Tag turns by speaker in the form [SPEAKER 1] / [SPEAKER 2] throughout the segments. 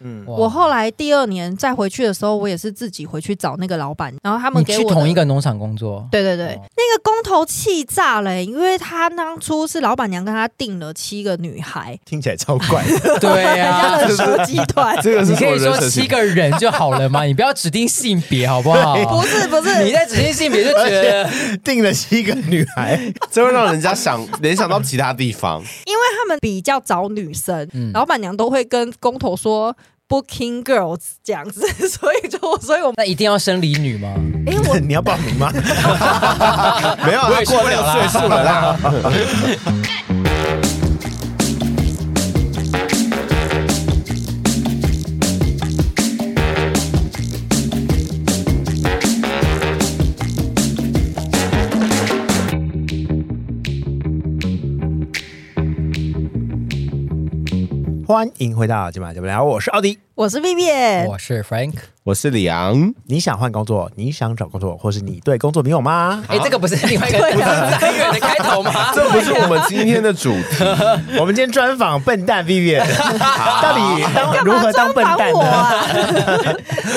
[SPEAKER 1] 嗯
[SPEAKER 2] 哇
[SPEAKER 3] 我后来第二年再回去的时候，我也是自己回去找那个老板，然后他们
[SPEAKER 2] 你
[SPEAKER 3] 给
[SPEAKER 2] 去
[SPEAKER 3] 我的
[SPEAKER 2] 同一个农场工 作，
[SPEAKER 3] 对对对，
[SPEAKER 2] 哦
[SPEAKER 3] 那个工头气炸了、因为他当初是老板娘跟他定了七个女孩，
[SPEAKER 1] 听起来超 怪的。。
[SPEAKER 2] 对
[SPEAKER 3] 人
[SPEAKER 2] 呀、
[SPEAKER 3] 家
[SPEAKER 2] 啊。
[SPEAKER 3] 的书集 团
[SPEAKER 1] 这个
[SPEAKER 2] 你
[SPEAKER 1] 是什
[SPEAKER 2] 可
[SPEAKER 1] 么
[SPEAKER 2] 以
[SPEAKER 1] 人
[SPEAKER 2] 说
[SPEAKER 1] 设
[SPEAKER 2] 七
[SPEAKER 1] 性？
[SPEAKER 2] 个人就好了嘛，你不要指定性别好不好？
[SPEAKER 3] 不是不是，
[SPEAKER 2] 你在指定性别就觉得
[SPEAKER 1] 定了七个女孩，
[SPEAKER 4] 这会让人家想联想到其他地方。
[SPEAKER 3] 因为他们比较找女生，
[SPEAKER 2] 嗯
[SPEAKER 3] 老板娘都会跟工头说 Booking Girls 这样子，所以就所以我们
[SPEAKER 2] 那一定要生理女吗？
[SPEAKER 3] 哎、我
[SPEAKER 1] 你要报名吗？
[SPEAKER 4] 没有啊，
[SPEAKER 2] 我也
[SPEAKER 4] 他过
[SPEAKER 2] 受不
[SPEAKER 4] 那
[SPEAKER 2] 了啦
[SPEAKER 4] 个岁数了啦。
[SPEAKER 1] 欢迎回到今晚节目，然后我是奥迪。
[SPEAKER 3] 我是 Vivian，
[SPEAKER 2] 我是 Frank，
[SPEAKER 4] 我是李昂，
[SPEAKER 1] 你想换工作，你想找工作，或是你对工作你有吗？
[SPEAKER 2] 哎、这个不是另外一个不
[SPEAKER 3] 对
[SPEAKER 2] 是
[SPEAKER 3] 啊
[SPEAKER 2] 三月的开头吗？
[SPEAKER 4] 这不是我们今天的主题。
[SPEAKER 1] 我们今天专访笨蛋 Vivian，到底当如何当笨
[SPEAKER 3] 烦
[SPEAKER 1] 蛋
[SPEAKER 3] 我
[SPEAKER 1] 呢？
[SPEAKER 3] 啊！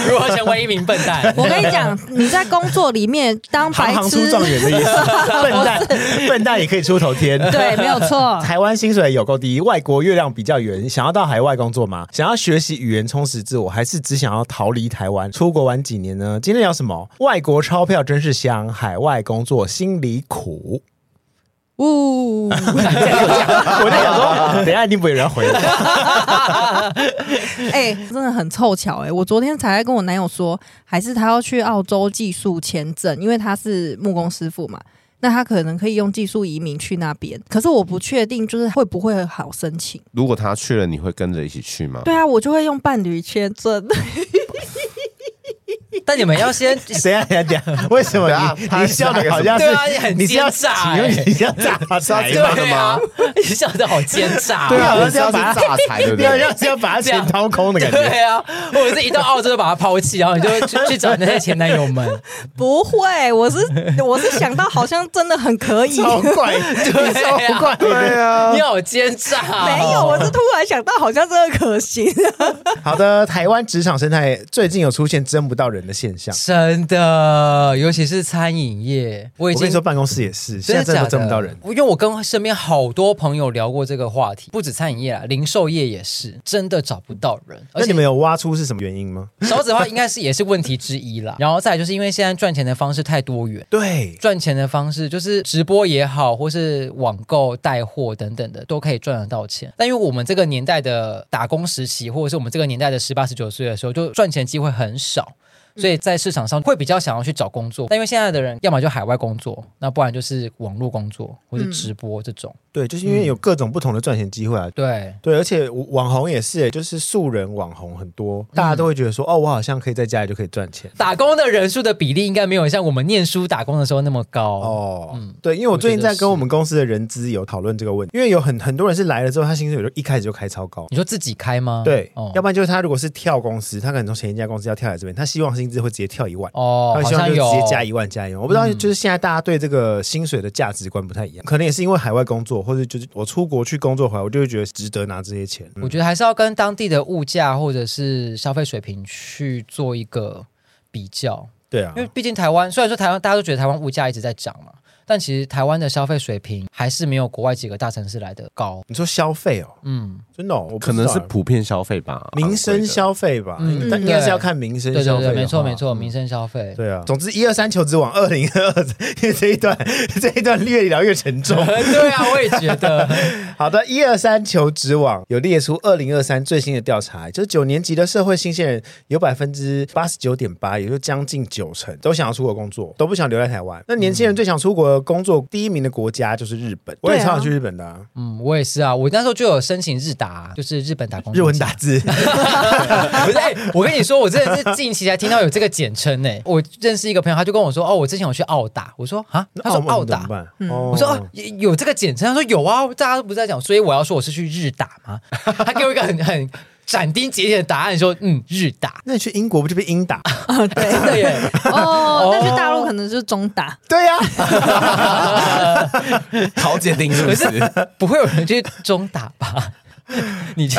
[SPEAKER 2] 如何成为一名笨 蛋？
[SPEAKER 3] 我跟你讲，你在工作里面 当白
[SPEAKER 1] 行行出
[SPEAKER 3] 痴，
[SPEAKER 1] 状元的意思，笨蛋，笨蛋也可以出头天。
[SPEAKER 3] 对，没有 错。
[SPEAKER 1] 台湾薪水有够低，外国月亮比较圆。想要到海外工作吗？想要学习语言充实自我，还是只想要逃离台湾，出国玩几年呢？今天聊什么？外国钞票真是香，海外工作心里苦。
[SPEAKER 3] 呜，
[SPEAKER 1] 我在想说，等一下一定不会有人回我。
[SPEAKER 3] 哎、真的很凑巧哎、我昨天才在跟我男友说，还是他要去澳洲技术签证，因为他是木工师傅嘛。那他可能可以用技术移民去那边，可是我不确定，就是会不会好申请。
[SPEAKER 4] 如果他去了，你会跟着一起去吗？
[SPEAKER 3] 对啊，我就会用伴侣签 证。
[SPEAKER 2] 但你们要先
[SPEAKER 1] 谁啊？等一下等一下，为什么
[SPEAKER 4] 等一下
[SPEAKER 1] 你
[SPEAKER 4] 他
[SPEAKER 1] 你笑的好像是
[SPEAKER 2] 对啊你很
[SPEAKER 1] 你是要
[SPEAKER 2] 奸诈欸
[SPEAKER 1] 请问你是要诈财
[SPEAKER 4] 是要
[SPEAKER 1] 吗？
[SPEAKER 4] 这样的
[SPEAKER 2] 对啊
[SPEAKER 4] 吗，
[SPEAKER 2] 你笑得好奸 诈、
[SPEAKER 1] 对啊
[SPEAKER 4] 我
[SPEAKER 1] 好
[SPEAKER 4] 们
[SPEAKER 1] 像是要
[SPEAKER 4] 是要去
[SPEAKER 1] 把他
[SPEAKER 4] 榨财，对不
[SPEAKER 1] 你好
[SPEAKER 4] 对？
[SPEAKER 1] 像是要把他钱掏空的感觉。
[SPEAKER 2] 对啊，我是一到澳洲就把他抛弃，然后你就会去去找那些前男友们。
[SPEAKER 3] 不会，我 是我是想到好像真的很可以，
[SPEAKER 1] 超怪，
[SPEAKER 2] 对啊
[SPEAKER 1] 超怪
[SPEAKER 4] 对
[SPEAKER 1] 的。
[SPEAKER 4] 啊
[SPEAKER 2] 你，好奸诈、啊
[SPEAKER 3] 没有，我是突然想到好像真的可行。
[SPEAKER 1] 好的，台湾职场生态最近有出现争不到人的现象。
[SPEAKER 2] 真的，尤其是餐饮业，我已
[SPEAKER 1] 我跟
[SPEAKER 2] 经
[SPEAKER 1] 你说，。办公室也是，现
[SPEAKER 2] 真
[SPEAKER 1] 在真
[SPEAKER 2] 的假
[SPEAKER 1] 的
[SPEAKER 2] 的？
[SPEAKER 1] 争不到人。
[SPEAKER 2] 因为我跟身边好多朋友聊过这个话题，不止餐饮业啦，零售业也是，真的找不到人。
[SPEAKER 1] 那
[SPEAKER 2] 而且
[SPEAKER 1] 你们有挖出是什么原因吗？
[SPEAKER 2] 少子化应该是也是问题之一啦。然后再来就是因为现在赚钱的方式太多元，
[SPEAKER 1] 对，
[SPEAKER 2] 赚钱的方式就是直播也好，或是网购带货等等的，都可以赚得到钱。但因为我们这个年代的打工时期，或者是我们这个年代的十八十九岁的时候，就赚钱机会很少。
[SPEAKER 1] 嗯
[SPEAKER 2] 所以在市场上会比较想要去找工作，但因为现在的人要么就海外工作，那不然就是网络工作或者直播这种。
[SPEAKER 1] 对，就是因
[SPEAKER 2] 嗯
[SPEAKER 1] 为有各种不同的赚钱机会啊。
[SPEAKER 2] 对，
[SPEAKER 1] 对，而且网红也是，欸就是素人网红很
[SPEAKER 2] 嗯
[SPEAKER 1] 多，大家都会觉得说，哦，我好像可以在家里就可以赚钱。
[SPEAKER 2] 打工的人数的比例应该没有像我们念书打工的时候那么高。
[SPEAKER 1] 哦，
[SPEAKER 2] 嗯
[SPEAKER 1] 对，因为我最近在跟我们公司的人资有讨论这个问题，因为有很很多人是来了之后，他薪水就一开始就开超高。
[SPEAKER 2] 你说自己开吗？
[SPEAKER 1] 对，
[SPEAKER 2] 嗯哦
[SPEAKER 1] 要不然就是他如果是跳公司，他可能从前一家公司要跳来这边，他希望薪资会直接跳一万。
[SPEAKER 2] 哦，
[SPEAKER 1] 他
[SPEAKER 2] 好
[SPEAKER 1] 希望
[SPEAKER 2] 像
[SPEAKER 1] 就
[SPEAKER 2] 有嗯
[SPEAKER 1] 直接加一万加一万，我不知道，就是现在大家对这个薪水的价值观不太一样，可能也是因为海外工作，或者就是我出国去工作回来，我就会觉得值得拿这些钱。
[SPEAKER 2] 我
[SPEAKER 1] 嗯、
[SPEAKER 2] 觉得还是要跟当地的物价或者是消费水平去做一个比较，
[SPEAKER 1] 对啊
[SPEAKER 2] 因，为毕竟台湾虽然说台湾大家都觉得台湾物价一直在涨嘛，但其实台湾的消费水平还是没有国外几个大城市来的高。
[SPEAKER 1] 你说消费哦，
[SPEAKER 2] 嗯，
[SPEAKER 1] 真的、哦，我不
[SPEAKER 4] 可
[SPEAKER 1] 知道
[SPEAKER 4] 能是
[SPEAKER 1] 哎
[SPEAKER 4] 普遍消费吧，
[SPEAKER 1] 民
[SPEAKER 4] 昂
[SPEAKER 1] 生
[SPEAKER 4] 贵的。
[SPEAKER 1] 消费吧，
[SPEAKER 2] 嗯
[SPEAKER 1] 但应该是要看民生
[SPEAKER 2] 对对
[SPEAKER 1] 消费
[SPEAKER 2] 对，
[SPEAKER 1] 的
[SPEAKER 2] 没错
[SPEAKER 1] 话
[SPEAKER 2] 没错，民生消费。
[SPEAKER 1] 对啊，总之一二三求职网二零二二， 因为这一段这一段越聊越沉重。
[SPEAKER 2] 对啊，我也觉得
[SPEAKER 1] 好的，一二三求职网有列出二零二三最新的调查，就是九年级的社会新鲜人有百分之八十九点八，也就将近九成都想要出国工作，都不想留在台
[SPEAKER 2] 嗯
[SPEAKER 1] 湾。那年轻人最想出国工作第一名的国家就是日本，我也超想去日本的、啊，
[SPEAKER 2] 嗯，我也是啊。我那时候就有申请日达，就是日本打工。
[SPEAKER 1] 日文打字。
[SPEAKER 2] 不是、哎我跟你说，我真的是近期才听到有这个简称呢、我认识一个朋友，他就跟我说，哦，我之前有去澳打，我说啊，他说
[SPEAKER 1] 那
[SPEAKER 2] 澳
[SPEAKER 1] 澳门怎
[SPEAKER 2] 打
[SPEAKER 1] 么，办？
[SPEAKER 3] 嗯
[SPEAKER 1] 哦
[SPEAKER 2] 我说哦，有有这个简称，他说有啊，大家都不是在讲，所以我要说我是去日打吗？ 他给我一个很很斩钉截铁的答案，说嗯，日打。
[SPEAKER 1] 那你去英国不就被英 打？
[SPEAKER 2] 真的 耶，
[SPEAKER 3] 哦，但去大陆可能就是中打，
[SPEAKER 1] 对呀、
[SPEAKER 2] 啊
[SPEAKER 4] 好姐定是不是？
[SPEAKER 2] 不会有人去中打吧？ 你去，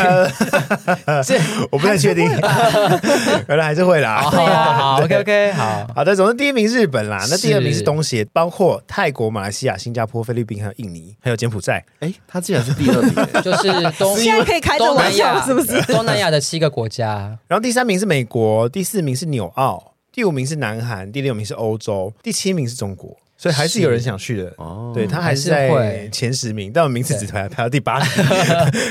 [SPEAKER 2] 这
[SPEAKER 1] 我不太确定， 原来还是会啦。
[SPEAKER 2] 好好 OK OK 好，
[SPEAKER 1] 好的，总之第一名是日本啦，那第二名是
[SPEAKER 2] 是，
[SPEAKER 1] 东协，包括泰国、马来西亚、新加坡、菲律宾，还有印尼，还有柬埔寨。
[SPEAKER 4] 哎，他竟然是第二名欸耶
[SPEAKER 2] 就是东
[SPEAKER 3] 现在可以开这
[SPEAKER 2] 东
[SPEAKER 3] 玩
[SPEAKER 2] 南
[SPEAKER 3] 笑
[SPEAKER 2] 亚
[SPEAKER 3] 是不是？
[SPEAKER 2] 东南亚的七个国家，
[SPEAKER 1] 然后第三名是美国，第四名是纽澳，第五名是南韩，第六名是欧洲，第七名是中国。所以还是有人想去的，
[SPEAKER 4] 哦
[SPEAKER 1] 对他还是
[SPEAKER 2] 还
[SPEAKER 1] 在
[SPEAKER 2] 是会
[SPEAKER 1] 前十名，但我名次只排排到第 八名，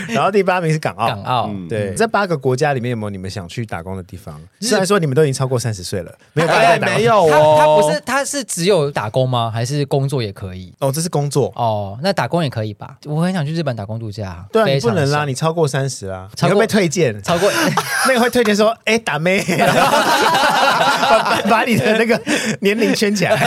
[SPEAKER 1] 然后第八名是港澳。
[SPEAKER 2] 港澳。
[SPEAKER 4] 嗯
[SPEAKER 1] 对，这八个国家里面有没有你们想去打工的地方？虽然说你们都已经超过三十岁了，没有办法再
[SPEAKER 4] 哎，
[SPEAKER 1] 打工
[SPEAKER 4] 没有
[SPEAKER 2] 他他不是
[SPEAKER 4] 哦，
[SPEAKER 2] 他是只有打工吗？还是工作也可以？
[SPEAKER 1] 哦，这是工作。
[SPEAKER 2] 哦，那打工也可以吧？我很想去日本打工度假，
[SPEAKER 1] 对啊，你
[SPEAKER 2] 非
[SPEAKER 1] 不
[SPEAKER 2] 常
[SPEAKER 1] 能啦，
[SPEAKER 2] 想
[SPEAKER 1] 你超过三十啦，你
[SPEAKER 2] 超
[SPEAKER 1] 会
[SPEAKER 2] 过
[SPEAKER 1] 被推 荐，
[SPEAKER 2] 超过
[SPEAKER 1] 那个会推荐说，哎、打妹， 把把你的那个年龄圈起 来。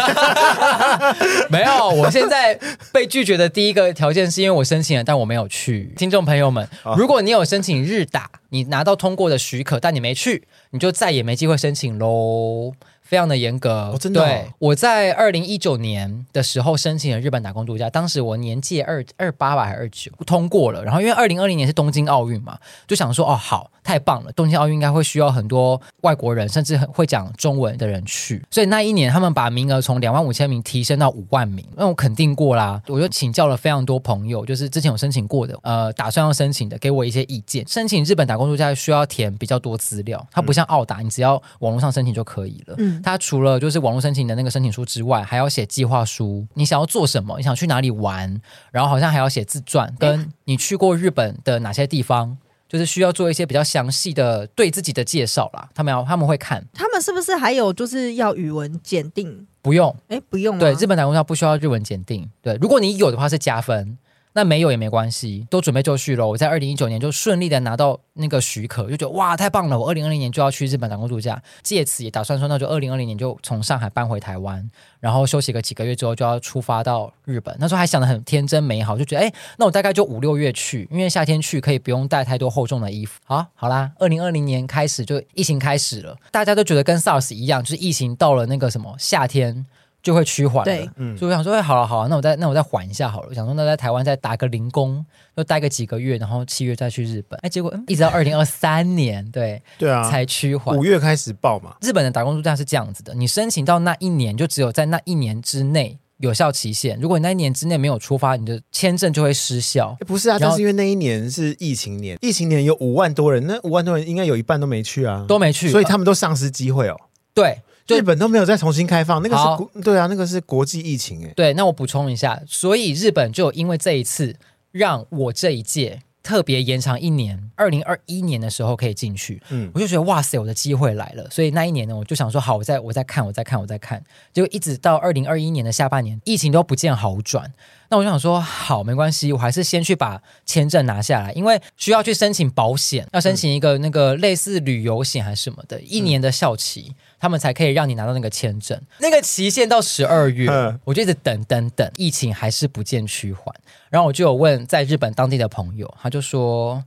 [SPEAKER 2] 没有，我现在被拒绝的第一个条件是因为我申请了，但我没有去。听众朋友们，如果你有申请日打，你拿到通过的许可，但你没去，你就再也没机会申请喽。非常的严格，
[SPEAKER 1] 哦真的哦
[SPEAKER 2] 对，我在二零一九年的时候申请了日本打工度假，当时我年届二二八吧，还二九，通过了。然后因为二零二零年是东京奥运嘛，就想说哦，好，太棒了！东京奥运应该会需要很多外国人，甚至很会讲中文的人去，所以那一年他们把名额从两万五千名提升到五万名。那我肯定过啦，我就请教了非常多朋友，就是之前有申请过的，呃，打算要申请的，给我一些意见。申请日本打工度假需要填比较多资料，它不像澳打，你只要网络上申请就可以了。
[SPEAKER 3] 嗯
[SPEAKER 2] 它除了就是网络申请的那个申请书之外，还要写计划书，你想要做什么，你想去哪里玩，然后好像还要写自传，跟你去过日本的哪些地方，就是需要做一些比较详细的对自己的介绍啦。他们要他们会看，
[SPEAKER 3] 他们是不是还有就是要语文检定？
[SPEAKER 2] 不用
[SPEAKER 3] 哎，不用啊
[SPEAKER 2] 对日本打工要不需要日文检定，对，如果你有的话是加分。那没有也没关系，都准备就绪了。我在二零一九年就顺利的拿到那个许可，就觉得哇太棒了！我二零二零年就要去日本打工度假，借此也打算说，那就二零二零年就从上海搬回台湾，然后休息个几个月之后就要出发到日本。那时候还想的很天真美好，就觉得哎，那我大概就五六月去，因为夏天去可以不用带太多厚重的衣服。好，好啦，二零二零年开始就疫情开始了，大家都觉得跟 SARS 一样，就是疫情到了那个什么夏天就会趋缓了
[SPEAKER 3] 对。
[SPEAKER 1] 嗯
[SPEAKER 2] 所以我想说，哎，好了好了，那我再那我再缓一下好了。我想说，那在台湾再打个零工，就待个几个月，然后七月再去日本。哎，结果、嗯一直到二零二三年，对，
[SPEAKER 1] 对啊，
[SPEAKER 2] 才趋缓
[SPEAKER 1] 五。月开始报嘛，
[SPEAKER 2] 日本的打工度假是这样子的，你申请到那一年，就只有在那一年之内有效期限。如果你那一年之内没有出发，你的签证就会失效。
[SPEAKER 1] 诶不是啊，
[SPEAKER 2] 然
[SPEAKER 1] 但
[SPEAKER 2] 后
[SPEAKER 1] 是因为那一年是疫情年，疫情年有五万多人，那五万多人应该有一半都没去啊，
[SPEAKER 2] 都没去，
[SPEAKER 1] 所以他们都丧失机会哦。
[SPEAKER 2] 对就
[SPEAKER 1] 日本都没有再重新开放，那个是
[SPEAKER 2] 好
[SPEAKER 1] 国对啊，那个是国际疫情哎、
[SPEAKER 2] 对，那我补充一下，所以日本就有因为这一次，让我这一届特别延长一年，二零二一年的时候可以进去。
[SPEAKER 1] 嗯
[SPEAKER 2] 嗯，我就觉得哇塞，我的机会来了。所以那一年呢，我就想说，好，我再我再看，我再看，我再看，结果一直到二零二一年的下半年，疫情都不见好转。那我就想说，好，没关系，我还是先去把签证拿下来，因为需要去申请保险，要申请一个那个类似旅游险还是什么的，一年的效期，他们才可以让你拿到那个签证。那个期限到十二月
[SPEAKER 1] 嗯，
[SPEAKER 2] 我就一直等等等，疫情还是不见趋缓。然后我就有问在日本当地的朋友，他就说，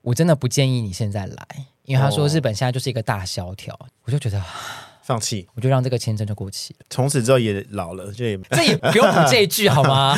[SPEAKER 2] 我真的不建议你现在来，因为他说
[SPEAKER 4] 哦
[SPEAKER 2] 日本现在就是一个大萧条。我就觉得，
[SPEAKER 1] 放弃，
[SPEAKER 2] 我就让这个签证就过期了。
[SPEAKER 1] 从此之后也老了，就也
[SPEAKER 2] 这也不用补这一句好 吗？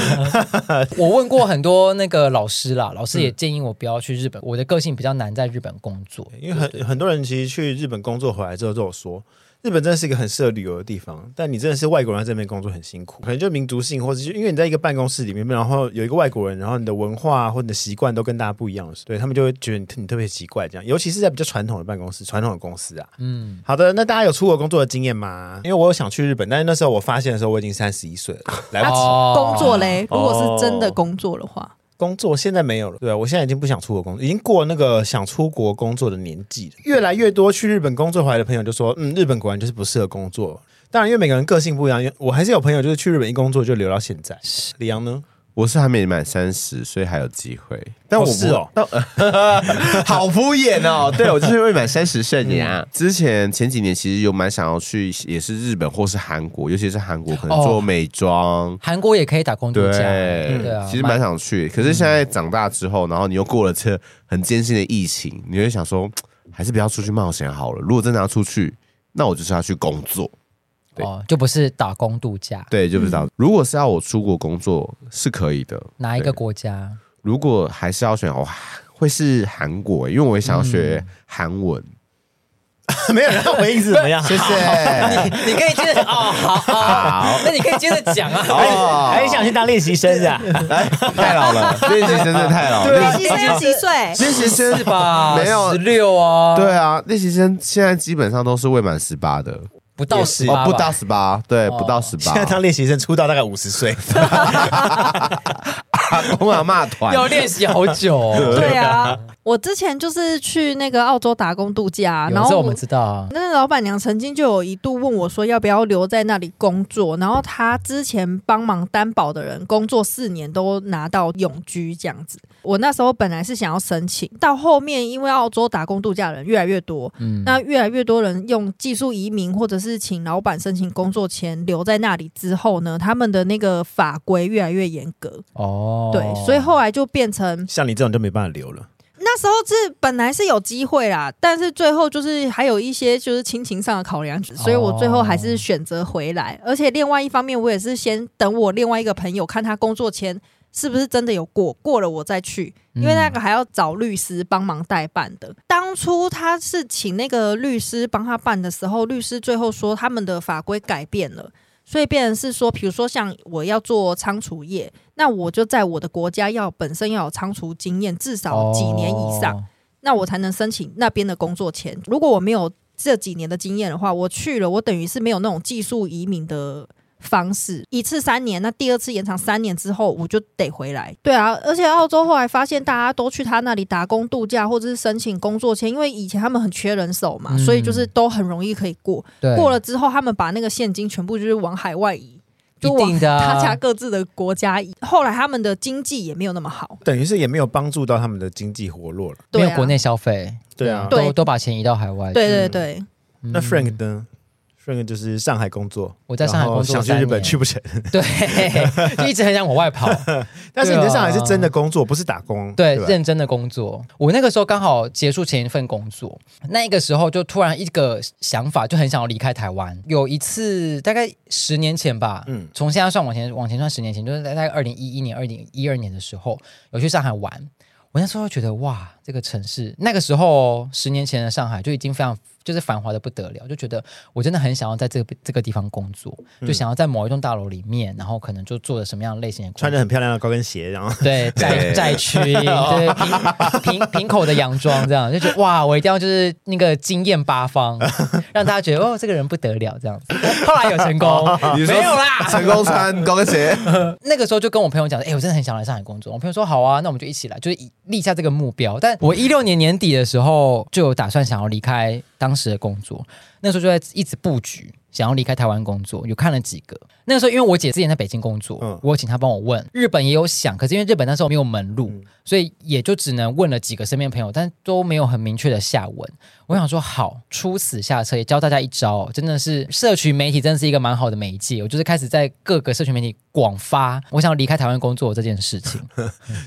[SPEAKER 2] 我问过很多那个老师啦，老
[SPEAKER 4] 嗯
[SPEAKER 2] 师也建议我不要去日本。我的个性比较难在日本工作，
[SPEAKER 1] 因为很很多人其实去日本工作回来之后都有说，日本真的是一个很适合旅游的地方，但你真的是外国人在这边工作很辛苦，可能就民族性，或者就因为你在一个办公室里面，然后有一个外国人，然后你的文化或你的习惯都跟大家不一样的时候，对他们就会觉得你你特别奇怪，这样，尤其是在比较传统的办公室、传统的公司啊。
[SPEAKER 2] 嗯，
[SPEAKER 1] 好的，那大家有出国工作的经验吗？因为我有想去日本，但是那时候我发现的时候，我已经三十一岁了，来不及。
[SPEAKER 2] 哦
[SPEAKER 3] 工作嘞，如果是真的工作的话，
[SPEAKER 1] 工作现在没有了，对啊我现在已经不想出国工作，已经过那个想出国工作的年纪了。越来越多去日本工作回来的朋友就说，嗯，日本果然就是不适合工作。当然，因为每个人个性不一样，因为我还是有朋友就是去日本一工作就留到现在。李阳呢？
[SPEAKER 4] 我是还没满三十，所以还有机会，但我不
[SPEAKER 1] 哦是哦，
[SPEAKER 4] 但好敷衍 哦。对，我就是未满三十岁你啊。之前前几年其实有蛮想要去，也是日本或是韩国，尤其是韩国可能
[SPEAKER 2] 哦
[SPEAKER 4] 做美妆。
[SPEAKER 2] 韩国也可以打工度
[SPEAKER 4] 对
[SPEAKER 2] 假，对啊，
[SPEAKER 4] 其实蛮想去，可是现在长大之后，然后你又过了这很艰辛的疫情，你会想说，嘖还是不要出去冒险好了。如果真的要出去，那我就是要去工作。对
[SPEAKER 2] 哦，就不是打工度假，
[SPEAKER 4] 对，就不知道。如果是要我出国工作是可以的，
[SPEAKER 2] 哪一个
[SPEAKER 4] 对？
[SPEAKER 2] 国家？
[SPEAKER 4] 如果还是要选，我会是韩国、欸因为我也想要学韩文。
[SPEAKER 1] 没有人要回应是怎么 样？
[SPEAKER 4] 谢谢。
[SPEAKER 2] 你可以接着哦，好好， 那你可以接着讲啊。
[SPEAKER 4] 哦，哎
[SPEAKER 1] 还是想去当练习生是 吧？
[SPEAKER 4] 太老了，练习生真的 太老了。
[SPEAKER 3] 练
[SPEAKER 4] 练
[SPEAKER 3] 习生几岁？
[SPEAKER 4] 练习生
[SPEAKER 2] 啊 是吧？
[SPEAKER 4] 没有
[SPEAKER 2] 十六啊，
[SPEAKER 4] 对，啊，练习生现在基本上都是未满十八的，
[SPEAKER 2] 不到
[SPEAKER 1] 也
[SPEAKER 2] 十
[SPEAKER 1] 是
[SPEAKER 2] 八吧，
[SPEAKER 4] 哦，不到十八，对，
[SPEAKER 2] 哦
[SPEAKER 4] 不到十八
[SPEAKER 1] 现。在当练习生出道大概五十岁，
[SPEAKER 4] 阿公阿啊骂团
[SPEAKER 2] 要练习好久哦。
[SPEAKER 3] 对啊，我之前就是去那个澳洲打工度假，
[SPEAKER 2] 有
[SPEAKER 3] 然
[SPEAKER 2] 这
[SPEAKER 3] 后
[SPEAKER 2] 我们知道啊，
[SPEAKER 3] 那个老板娘曾经就有一度问我说要不要留在那里工作，然后她之前帮忙担保的人工作四年都拿到永居这样子。我那时候本来是想要申请，到后面因为澳洲打工度假的人越来越多，
[SPEAKER 2] 嗯，
[SPEAKER 3] 那越来越多人用技术移民或者是请老板申请工作签留在那里之后呢，他们的那个法规越来越严格，
[SPEAKER 2] 哦，
[SPEAKER 3] 对，所以后来就变 成
[SPEAKER 1] 像你这种就没办法留了。
[SPEAKER 3] 那时候是本来是有机会啦，但是最后就是还有一些就是亲情上的考量，所以我最后还是选择回来。而且另外一方面，我也是先等我另外一个朋友看他工作签是不是真的有过，过了我再去，因为那个还要找律师帮忙代办的。当初他是请那个律师帮他办的时候，律师最后说他们的法规改变了。所以变成是说，比如说像我要做仓储业，那我就在我的国家要本身要有仓储经验，至少几年以上，
[SPEAKER 2] 哦
[SPEAKER 3] 那我才能申请那边的工作签。如果我没有这几年的经验的话，我去了，我等于是没有那种技术移民的。方式一次三年，那第二次延长三年之后，我就得回来。对啊，而且澳洲后来发现大家都去他那里打工度假，或者是申请工作签，因为以前他们很缺人手嘛，
[SPEAKER 2] 嗯
[SPEAKER 3] 所以就是都很容易可以过。
[SPEAKER 2] 对
[SPEAKER 3] 过了之后，他们把那个现金全部就是往海外移，就
[SPEAKER 2] 一
[SPEAKER 3] 往
[SPEAKER 2] 定的啊
[SPEAKER 3] 大家各自的国家移。后来他们的经济也没有那么好，
[SPEAKER 1] 等于是也没有帮助到他们的经济活络了。
[SPEAKER 3] 对
[SPEAKER 2] 没
[SPEAKER 3] 啊
[SPEAKER 2] 有国内消费，
[SPEAKER 1] 对啊，
[SPEAKER 3] 对
[SPEAKER 2] 都都把钱移到海外。
[SPEAKER 3] 对对对，
[SPEAKER 2] 嗯，
[SPEAKER 1] 那 Frank 呢？Frank 就是上海工作，
[SPEAKER 2] 我在上海
[SPEAKER 1] 然后
[SPEAKER 2] 工作
[SPEAKER 1] 想去
[SPEAKER 2] 三
[SPEAKER 1] 日本
[SPEAKER 2] 年
[SPEAKER 1] 去不成。
[SPEAKER 2] 对， 就一直很想往外跑。
[SPEAKER 1] 但是你在上海是真的工作，不是打工。
[SPEAKER 2] 对，
[SPEAKER 1] 吧
[SPEAKER 2] 认真的工作。我那个时候刚好结束前一份工作，那个时候就突然一个想法，就很想要离开台湾。有一次大概十年前吧，嗯
[SPEAKER 1] 嗯，
[SPEAKER 2] 从现在算往前往前算十年前，就是在大概二零一一年、二零一二年的时候，有去上海玩。我那时候觉得哇，这个城市那个时候十年前的上海就已经非常就是繁华的不得了，就觉得我真的很想要在这个这个地方工作，就想要在某一栋大楼里面，然后可能就做着什么样类型的工作
[SPEAKER 1] 穿着很漂亮的高跟鞋，然后
[SPEAKER 2] 对寨
[SPEAKER 4] 对
[SPEAKER 2] 寨区， 对平平平口的洋装，这样就觉得哇，我一定要就是那个惊艳八 方，让大家觉得哦，这个人不得了这样子。后来有成功，
[SPEAKER 4] 你说
[SPEAKER 2] 没有啦。
[SPEAKER 4] 成功穿高跟鞋，
[SPEAKER 2] 那个时候就跟我朋友讲，哎、我真的很想来上海工作。我朋友说好啊，那我们就一起来，就是以立下这个目标。但我一六年年底的时候就有打算想要离开当时的工作，那时候就在一直布局。想要离开台湾工作，有看了几个。那个时候，因为我姐之前在北京工作，
[SPEAKER 1] 嗯
[SPEAKER 2] 我有请她帮我问。日本也有想，可是因为日本那时候没有门路，所以也就只能问了几个身边朋友，但都没有很明确的下文。我想说，好，出此下策，也教大家一招哦、真的是社群媒体真是一个蛮好的媒介。我就是开始在各个社群媒体广发，我想要离开台湾工作这件事情。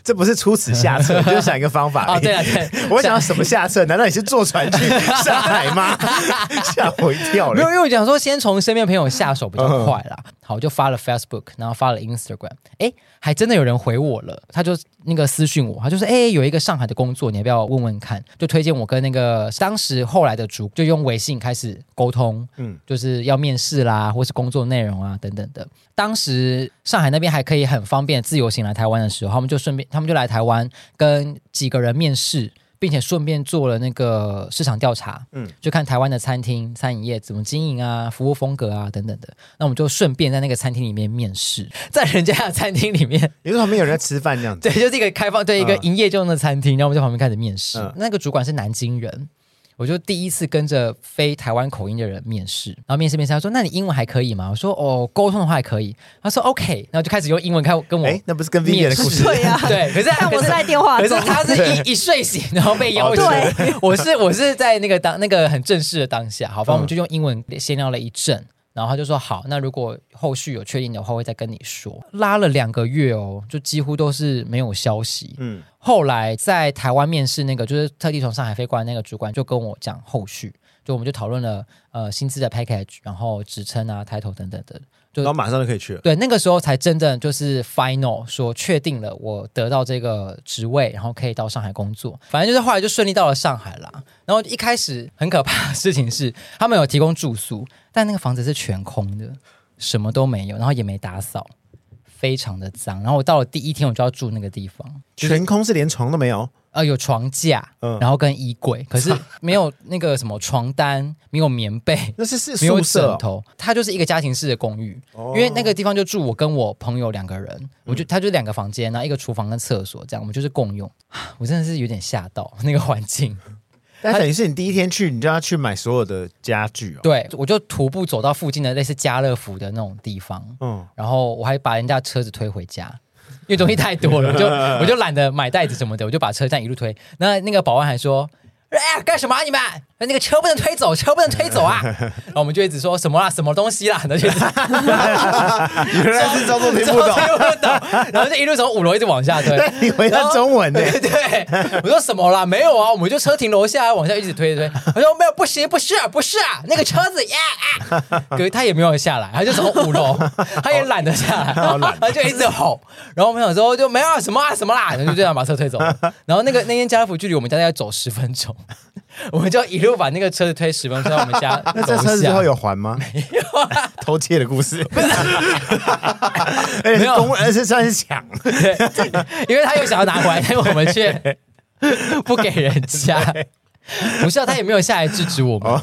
[SPEAKER 1] 这不是出此下 策，就是想一个方法。
[SPEAKER 2] 哦，对啊，对，
[SPEAKER 1] 我想要什么下策？难道你是坐船去上海吗？ 吓我一跳
[SPEAKER 2] 没有，
[SPEAKER 1] 了。
[SPEAKER 2] 因为我想说，先从身边朋友下手比较快啦。好，我就发了 Facebook，然后发了 Instagram，哎，还真的有人回我了，他就那个私讯我，他就说，哎，有一个上海的工作，你要不要问问看？就推荐我跟那个当时后来的主，就用微信开始沟通，嗯
[SPEAKER 1] 嗯，
[SPEAKER 2] 就是要面试啦，或是工作内容啊等等的。当时上海那边还可以很方便自由行来台湾的时候，他们就顺便，他们就来台湾跟几个人面试。并且顺便做了那个市场调查，嗯
[SPEAKER 1] 嗯，
[SPEAKER 2] 就看台湾的餐厅、餐饮业怎么经营啊、服务风格啊等等的。那我们就顺便在那个餐厅里面面试，在人家的餐厅里面，
[SPEAKER 1] 你说旁边有人在吃饭这样子，
[SPEAKER 2] 对，就是一个开放对一个
[SPEAKER 1] 嗯
[SPEAKER 2] 营业中的餐厅，然后我们在旁边开始面试。
[SPEAKER 1] 嗯
[SPEAKER 2] 那个主管是南京人。我就第一次跟着非台湾口音的人面试，然后面试面试，他说：“那你英文还可以吗？”我说：“哦，沟通的话还可以。”他说：“OK。”然后就开始用英文开跟我
[SPEAKER 1] 哎，那不是跟 Vivian
[SPEAKER 2] 面
[SPEAKER 1] 的故
[SPEAKER 2] 试，
[SPEAKER 1] 事？
[SPEAKER 3] 对啊
[SPEAKER 2] 对，可是
[SPEAKER 3] 但我
[SPEAKER 2] 可
[SPEAKER 3] 是
[SPEAKER 2] 是
[SPEAKER 3] 在电话
[SPEAKER 2] 可是
[SPEAKER 3] 中，
[SPEAKER 2] 他是一一睡醒，然后被要求
[SPEAKER 3] 哦对。
[SPEAKER 2] 我是我是在那个当那个很正式的当下，好，反正我们就用英文先聊了一阵。然后他就说好，那如果后续有确定的话，会再跟你说。拉了两个月哦，就几乎都是没有消息。
[SPEAKER 1] 嗯，
[SPEAKER 2] 后来在台湾面试那个，就是特地从上海飞过来那个主管，就跟我讲后续，就我们就讨论了呃薪资的 package，然后职称啊、title 等等的。就
[SPEAKER 1] 然后马上就可以去了。
[SPEAKER 2] 对，那个时候才真正就是 final 说确定了，我得到这个职位，然后可以到上海工作。反正就是后来就顺利到了上海啦。然后一开始很可怕的事情是，他们有提供住宿，但那个房子是全空的，什么都没有，然后也没打扫，非常的脏。然后我到了第一天，我就要住那个地方，
[SPEAKER 1] 全空是连床都没有，
[SPEAKER 2] 呃，有床架，
[SPEAKER 1] 嗯
[SPEAKER 2] 然后跟衣柜，可是没有那个什么床单，没有棉被。
[SPEAKER 1] 那是是
[SPEAKER 2] 没有
[SPEAKER 1] 宿舍
[SPEAKER 2] 枕
[SPEAKER 1] 哦、
[SPEAKER 2] 头，它就是一个家庭式的公寓，
[SPEAKER 1] 哦嗯
[SPEAKER 2] 因为那个地方就住我跟我朋友两个人，我就他就两个房间，然后一个厨房跟厕所这样，我们就是共用。 我真的是有点吓到那个环境，
[SPEAKER 1] 但等于是你第一天去，你就要去买所有的家具哦。
[SPEAKER 2] 对我就徒步走到附近的类似家乐福的那种地方，
[SPEAKER 1] 嗯，
[SPEAKER 2] 然后我还把人家车子推回家。因为东西太 多了，我就我就懒得买袋子什么的，我就把车站一路推。那那个保安还说：“哎，干什么、啊、你们？那个车不能推走，车不能推走 啊！”然后我们就一直说什么啦，什么东西啦，然后就一直
[SPEAKER 4] 原来是张总听不
[SPEAKER 2] 然
[SPEAKER 4] 懂
[SPEAKER 2] 后，听不懂，然后就一路从五楼一直往下推。
[SPEAKER 1] 但你回答中文呢、
[SPEAKER 2] 对 对，我说什么啦？没有啊，我们就车停楼下，往下一直推推。我说没有，不行，不是，不是啊，那个车子呀 啊！可是他也没有下来，他就从五楼，他也懒得下 来，他就一直吼。然后我们想说就没有啊什么啊什么啦，然后就这样把车推 走了。然后那个那间家乐福距离我们家大概走十分钟， 我们就一路把那个车子推十分钟到我们家
[SPEAKER 1] 那
[SPEAKER 2] 楼
[SPEAKER 1] 这车子之
[SPEAKER 2] 下
[SPEAKER 1] 后有还吗？没有，
[SPEAKER 2] 啊
[SPEAKER 1] 偷窃的故 事。而且
[SPEAKER 2] 没
[SPEAKER 1] 是
[SPEAKER 2] 有
[SPEAKER 1] 公，而且算是抢。
[SPEAKER 2] 因为他又想要拿回来，但我们却不给人家。 不是啊，他也没有下来制止我们。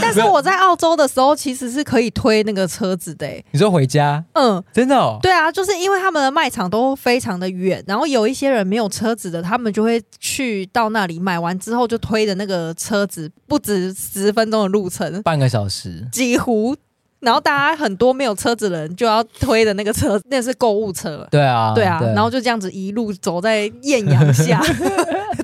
[SPEAKER 3] 但是我在澳洲的时候其实是可以推那个车子的、欸，
[SPEAKER 2] 你说回家，
[SPEAKER 3] 嗯。
[SPEAKER 2] 真的哦？
[SPEAKER 3] 对啊，就是因为他们的卖场都非常的远，然后有一些人没有车子的，他们就会去到那里买完之后就推着那个车子，不止十分钟的路程，
[SPEAKER 2] 半个小时，
[SPEAKER 3] 几乎。然后大家很多没有车子的人就要推的那个车，那是购物车，
[SPEAKER 2] 对啊，
[SPEAKER 3] 对啊，然后就这样子一路走在艳 阳下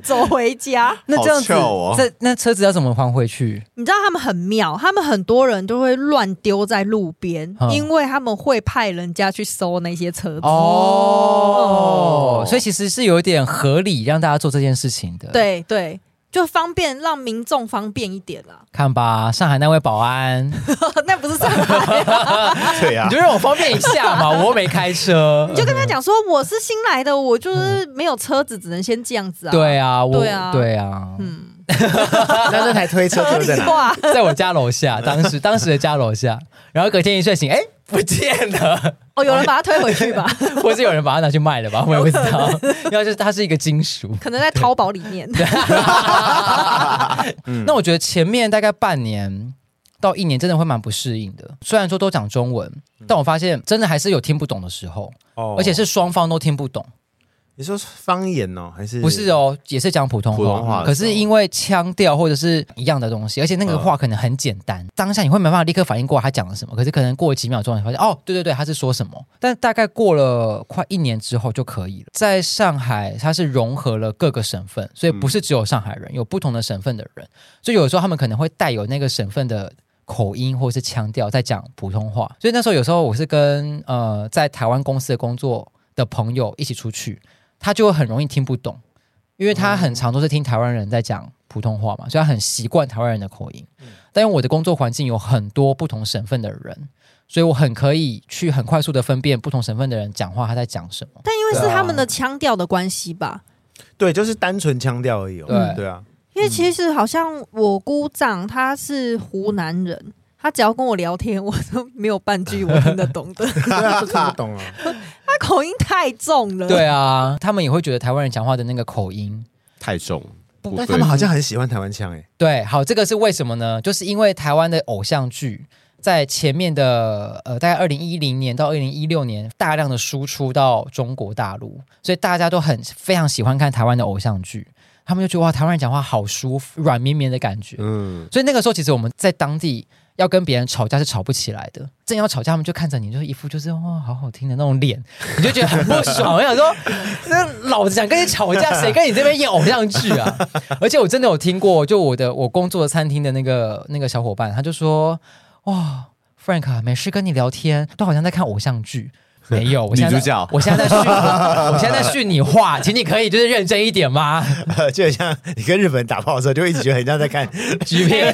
[SPEAKER 3] 走回家。
[SPEAKER 2] 那这样子，
[SPEAKER 4] 好翘哦
[SPEAKER 2] 这那车子要怎么还回去？
[SPEAKER 3] 你知道他们很妙，他们很多人都会乱丢在路边，
[SPEAKER 2] 嗯
[SPEAKER 3] 因为他们会派人家去收那些车子。嗯
[SPEAKER 2] 哦
[SPEAKER 4] 哦，
[SPEAKER 2] 所以其实是有点合理让大家做这件事情的。，
[SPEAKER 3] 对对，就方便让民众方便一点啦。
[SPEAKER 2] 看吧，上海那位保 安，你
[SPEAKER 3] 那不是上海，
[SPEAKER 1] 对啊呀、
[SPEAKER 2] 就让我方便一下嘛， 我又没开车
[SPEAKER 3] 你。就跟他讲说我是新来的，我就是没有车子，只能先这样子啊。，
[SPEAKER 2] 对啊，我
[SPEAKER 3] 对啊
[SPEAKER 2] 对啊，
[SPEAKER 3] 嗯，
[SPEAKER 1] 那那台推车
[SPEAKER 3] 合
[SPEAKER 1] 丢
[SPEAKER 3] 理
[SPEAKER 1] 在 哪？
[SPEAKER 3] 化。
[SPEAKER 2] 在我家楼 下，当时当时的家楼下，然后隔天一睡醒，哎，不见了。
[SPEAKER 3] 哦，有人把它推回去吧？
[SPEAKER 2] 或是有人把它拿去卖了吧，我也不知 道。要是它是一个金属。
[SPEAKER 3] 可能在淘宝里面。
[SPEAKER 2] 那我觉得前面大概半年到一年真的会蛮不适应的，虽然说都讲中文，但我发现真的还是有听不懂的时候，
[SPEAKER 1] 哦
[SPEAKER 2] 而且是双方都听不懂。
[SPEAKER 1] 你说是方言哦，还是
[SPEAKER 2] 不是？哦，也是讲普通话，
[SPEAKER 4] 普通话的嗯
[SPEAKER 2] 可是因为腔调或者是一样的东西，而且那个话可能很简单，当下你会没办法立刻反应过来他讲了什么，可是可能过了几秒钟，你发现哦，对对对，他是说什么，但大概过了快一年之后就可以了。在上海，它是融合了各个省份，所以不是只有上海人，有不同的省份的人，所以有时候他们可能会带有那个省份的。口音或者是腔调在讲普通话，所以那时候有时候我是跟呃在台湾公司的工作的朋友一起出去，他就会很容易听不懂，因为他很常都是听台湾人在讲普通话嘛，所以他很习惯台湾人的口音。但因为我的工作环境有很多不同省份的人，所以我很可以去很快速的分辨不同省份的人讲话他在讲什么。
[SPEAKER 3] 但因为是他们的腔调的关系吧，
[SPEAKER 1] 对，就是单纯腔调而已、哦。
[SPEAKER 2] 对
[SPEAKER 1] 对啊，
[SPEAKER 3] 因为其实好像我姑丈他是湖南人，他只要跟我聊天，我都没有半句我听得懂的，
[SPEAKER 1] 对啊，就听不懂啊。
[SPEAKER 3] 他口音太重了。
[SPEAKER 2] 对啊，他们也会觉得台湾人讲话的那个口音。
[SPEAKER 4] 太重。不
[SPEAKER 1] 但他
[SPEAKER 4] 对
[SPEAKER 1] 们好像很喜欢台湾腔哎、
[SPEAKER 2] 对，好，这个是为什么呢？就是因为台湾的偶像剧在前面的呃，大概二零一零年到二零一六年大量的输出到中国大陆，所以大家都很非常喜欢看台湾的偶像剧，他们就觉得哇，台湾人讲话好舒服，软绵绵的感觉。
[SPEAKER 4] 嗯，
[SPEAKER 2] 所以那个时候，其实我们在当地要跟别人吵架是吵不起来的。正要吵架，他们就看着你，就是一副就是哇，好好听的那种脸， 你就觉得很不爽。 我想说，那老子想跟你吵架，谁跟你这边演偶像剧啊？ 而且我真的有听过，就我的我工作的餐厅的那个那个小伙伴，他就说哇，Frank 啊每次跟你聊天都好像在看偶像剧。没有，我
[SPEAKER 4] 女
[SPEAKER 2] 现在
[SPEAKER 4] 主角
[SPEAKER 2] 我现在在训，我现在在训你话，请你可以就是认真一点 吗？
[SPEAKER 1] 就很像你跟日本人打炮的时候，就会一直觉得很像在看。
[SPEAKER 2] 局片，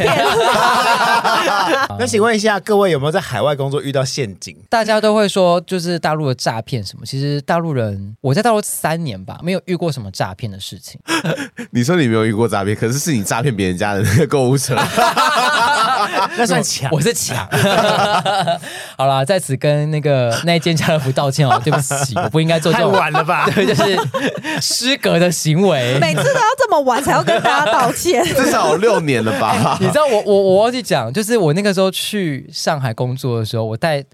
[SPEAKER 1] 那请问一下，各位有没有在海外工作遇到陷 阱？
[SPEAKER 2] 大家都会说就是大陆的诈骗什么，其实大陆人我在大陆三年吧，没有遇过什么诈骗的事情。
[SPEAKER 4] 你说你没有遇过诈骗，可是是你诈骗别人家的那个购物车，
[SPEAKER 1] 那算抢？
[SPEAKER 2] 我是抢。 好啦，在此跟那个那一间家乐福道歉哦，对不起，我不应该做这
[SPEAKER 1] 太
[SPEAKER 2] 种，
[SPEAKER 1] 晚了 吧？
[SPEAKER 2] 对，就是失格的行 为。
[SPEAKER 3] 每次都要这么晚才要跟大家道歉。
[SPEAKER 4] 至少有六年了 吧？
[SPEAKER 2] 你知道我我我忘记讲，就是我那个时候去上海工作的时候，我带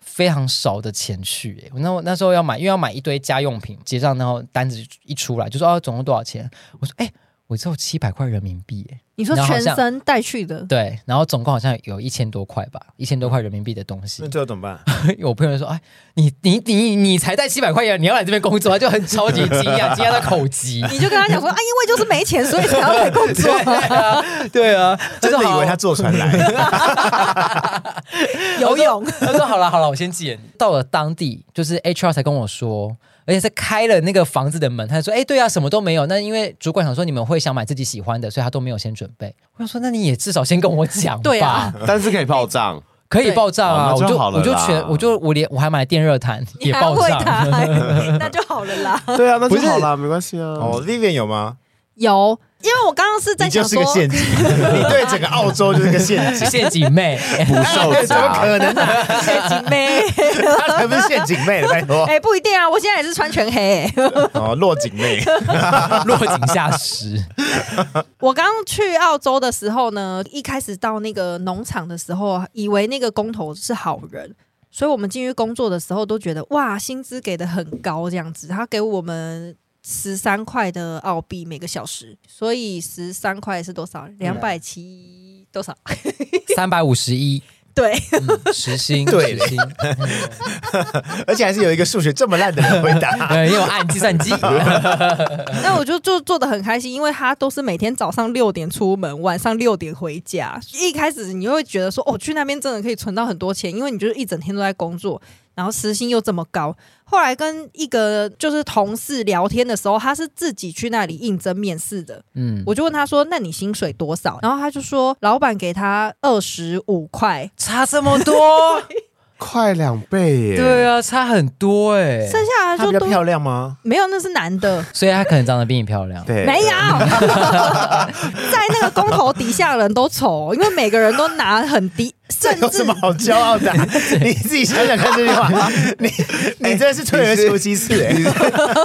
[SPEAKER 2] 非常少的钱去、欸，我那我那时候要买，因为要买一堆家用品，结账然后单子一出来就说哦，总共多少钱？我说哎、欸我只有七百块人民币、欸，
[SPEAKER 3] 你说全身带去的，
[SPEAKER 2] 对，然后总共好像有一千多块吧，一千多块人民币的东西
[SPEAKER 1] 那。最后怎么办？
[SPEAKER 2] 有朋友就说：“哎，你你你你才带七百块钱，你要来这边工作，他就很超级惊讶，惊讶到口啊 急。
[SPEAKER 3] 你就跟他讲说啊，因为就是没钱，所以才要来工作。
[SPEAKER 2] 对啊，
[SPEAKER 1] 真的
[SPEAKER 2] 他说
[SPEAKER 1] 以为他
[SPEAKER 2] 好
[SPEAKER 1] 坐船来？
[SPEAKER 3] 游泳，
[SPEAKER 2] 他说好了好了，我先借你。到了当地，就是 HR 才跟我说，而且是开了那个房子的门，他说：“哎，对啊，什么都没有。”那因为主管想说你们会想买自己喜欢的，所以他都没有先准备。我想说，那你也至少先跟我讲吧。
[SPEAKER 3] 对啊
[SPEAKER 4] 但是可以报账，
[SPEAKER 2] 可以报账啊！我
[SPEAKER 4] 对哦那就
[SPEAKER 2] 就
[SPEAKER 4] 好了
[SPEAKER 2] 我就
[SPEAKER 4] 啦
[SPEAKER 2] 全我就我连我还买电热毯也
[SPEAKER 3] 你 还
[SPEAKER 2] 报
[SPEAKER 3] 会
[SPEAKER 2] 账。
[SPEAKER 3] 他， 那就好了啦。
[SPEAKER 4] 对啊，那
[SPEAKER 2] 不
[SPEAKER 4] 就是好啦，没关系啊。
[SPEAKER 1] 哦，Vivian 有吗？
[SPEAKER 3] 有，因为我刚刚是在
[SPEAKER 1] 你就
[SPEAKER 3] 想
[SPEAKER 1] 是
[SPEAKER 3] 说
[SPEAKER 1] 个，陷阱，你对整个澳洲就是个陷 阱。哎
[SPEAKER 2] 陷阱 妹，
[SPEAKER 4] 捕兽
[SPEAKER 1] 怎么
[SPEAKER 4] 夹，
[SPEAKER 1] 可能啊？
[SPEAKER 3] 陷阱妹，
[SPEAKER 1] 她才不是陷阱妹，拜托
[SPEAKER 3] 哎、。不一定啊，我现在也是穿全黑、哎
[SPEAKER 1] 哦，落井妹，
[SPEAKER 2] 落井下石。
[SPEAKER 3] 我刚去澳洲的时候呢，一开始到那个农场的时候，啊以为那个工头是好人，所以我们进去工作的时候都觉得哇，薪资给的很高这样子。他给我们十三块的澳币每个小时，所以十三块是多少？两百七多少？
[SPEAKER 2] 三百五十一，
[SPEAKER 3] 对，
[SPEAKER 2] 嗯时薪，
[SPEAKER 1] 对
[SPEAKER 2] 时 薪，
[SPEAKER 1] 而且还是有一个数学这么烂的人回答。
[SPEAKER 2] 对，因为我按计 算机，
[SPEAKER 3] 那我就就做的很开心，因为他都是每天早上六点出门，晚上六点回家。一开始你就会觉得说，哦，去那边真的可以存到很多钱，因为你就是一整天都在工作，然后时薪又这么高。后来跟一个就是同事聊天的时候，他是自己去那里应征面试的，
[SPEAKER 2] 嗯，
[SPEAKER 3] 我就问他说，那你薪水多少？然后他就说，老板给他二十五块，
[SPEAKER 2] 差这么多，
[SPEAKER 4] 快两倍耶！
[SPEAKER 2] 对啊，差很多哎，
[SPEAKER 3] 剩下
[SPEAKER 1] 她
[SPEAKER 3] 的
[SPEAKER 1] 比
[SPEAKER 3] 就
[SPEAKER 1] 较
[SPEAKER 3] 都
[SPEAKER 1] 漂亮吗？
[SPEAKER 3] 没有，那是男的。
[SPEAKER 2] 所以她可能长得比你漂亮，
[SPEAKER 1] 哎
[SPEAKER 4] 对，
[SPEAKER 3] 没有， 在那个公投底下的人都丑，因为每个人都拿很 低，甚
[SPEAKER 1] 有
[SPEAKER 3] 至
[SPEAKER 1] 什么好骄傲的啊、你自己想想看这句话，你你真的是退而求其次哎、
[SPEAKER 4] 你是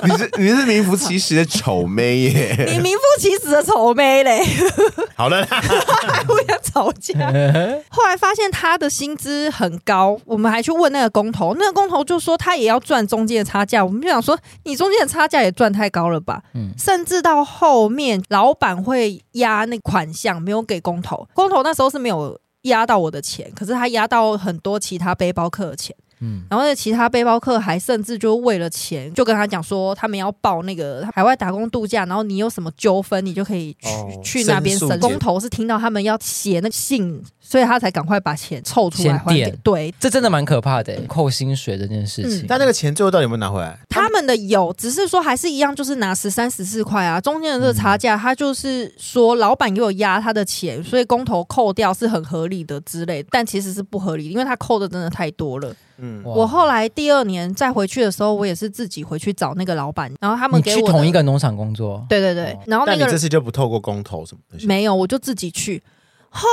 [SPEAKER 4] 你是你是名副其实的丑妹耶！，
[SPEAKER 3] 你名副其实的丑妹嘞，
[SPEAKER 1] 好了啦，
[SPEAKER 3] 还互相吵架。
[SPEAKER 1] 嗯
[SPEAKER 3] 后来发现他的薪资很高，我们还去问那个工头，那个工头就说他也要赚中间的差价，我们就想说你中间的差价也赚太高了吧？
[SPEAKER 2] 嗯
[SPEAKER 3] 甚至到后面老板会压那款项，没有给工头，工头那时候是没有压到我的钱，可是他压到很多其他背包客的钱。
[SPEAKER 2] 嗯，
[SPEAKER 3] 然后那其他背包客还甚至就为了钱，就跟他讲说他们要报那个海外打工度假，然后你有什么纠纷，你就可以去、
[SPEAKER 1] 哦
[SPEAKER 3] 去那边
[SPEAKER 1] 申诉
[SPEAKER 3] 审。工头是听到他们要写那信，所以他才赶快把钱凑出来
[SPEAKER 2] 先
[SPEAKER 3] 还给
[SPEAKER 2] 垫。
[SPEAKER 3] 对
[SPEAKER 2] 这真的蛮可怕的欸，扣薪水的这件事情
[SPEAKER 3] 嗯，
[SPEAKER 1] 但那个钱最后到底有没有拿回来？
[SPEAKER 3] 他们的有，只是说还是一样，就是拿十三十四块啊，中间的这个差价，他就是说老板给我压他的钱，所以工头扣掉是很合理的之类，但其实是不合理，因为他扣的真的太多了。
[SPEAKER 1] 嗯，
[SPEAKER 2] 哇
[SPEAKER 3] 我后来第二年再回去的时候，我也是自己回去找那个老板，然后他们
[SPEAKER 2] 你
[SPEAKER 3] 给
[SPEAKER 2] 去
[SPEAKER 3] 我的
[SPEAKER 2] 同一，个农哦场工 作，
[SPEAKER 3] 对对对，然后那
[SPEAKER 1] 但你
[SPEAKER 3] 个
[SPEAKER 1] 这次就不透过公投什么的，
[SPEAKER 3] 没有，我就自己去。吼、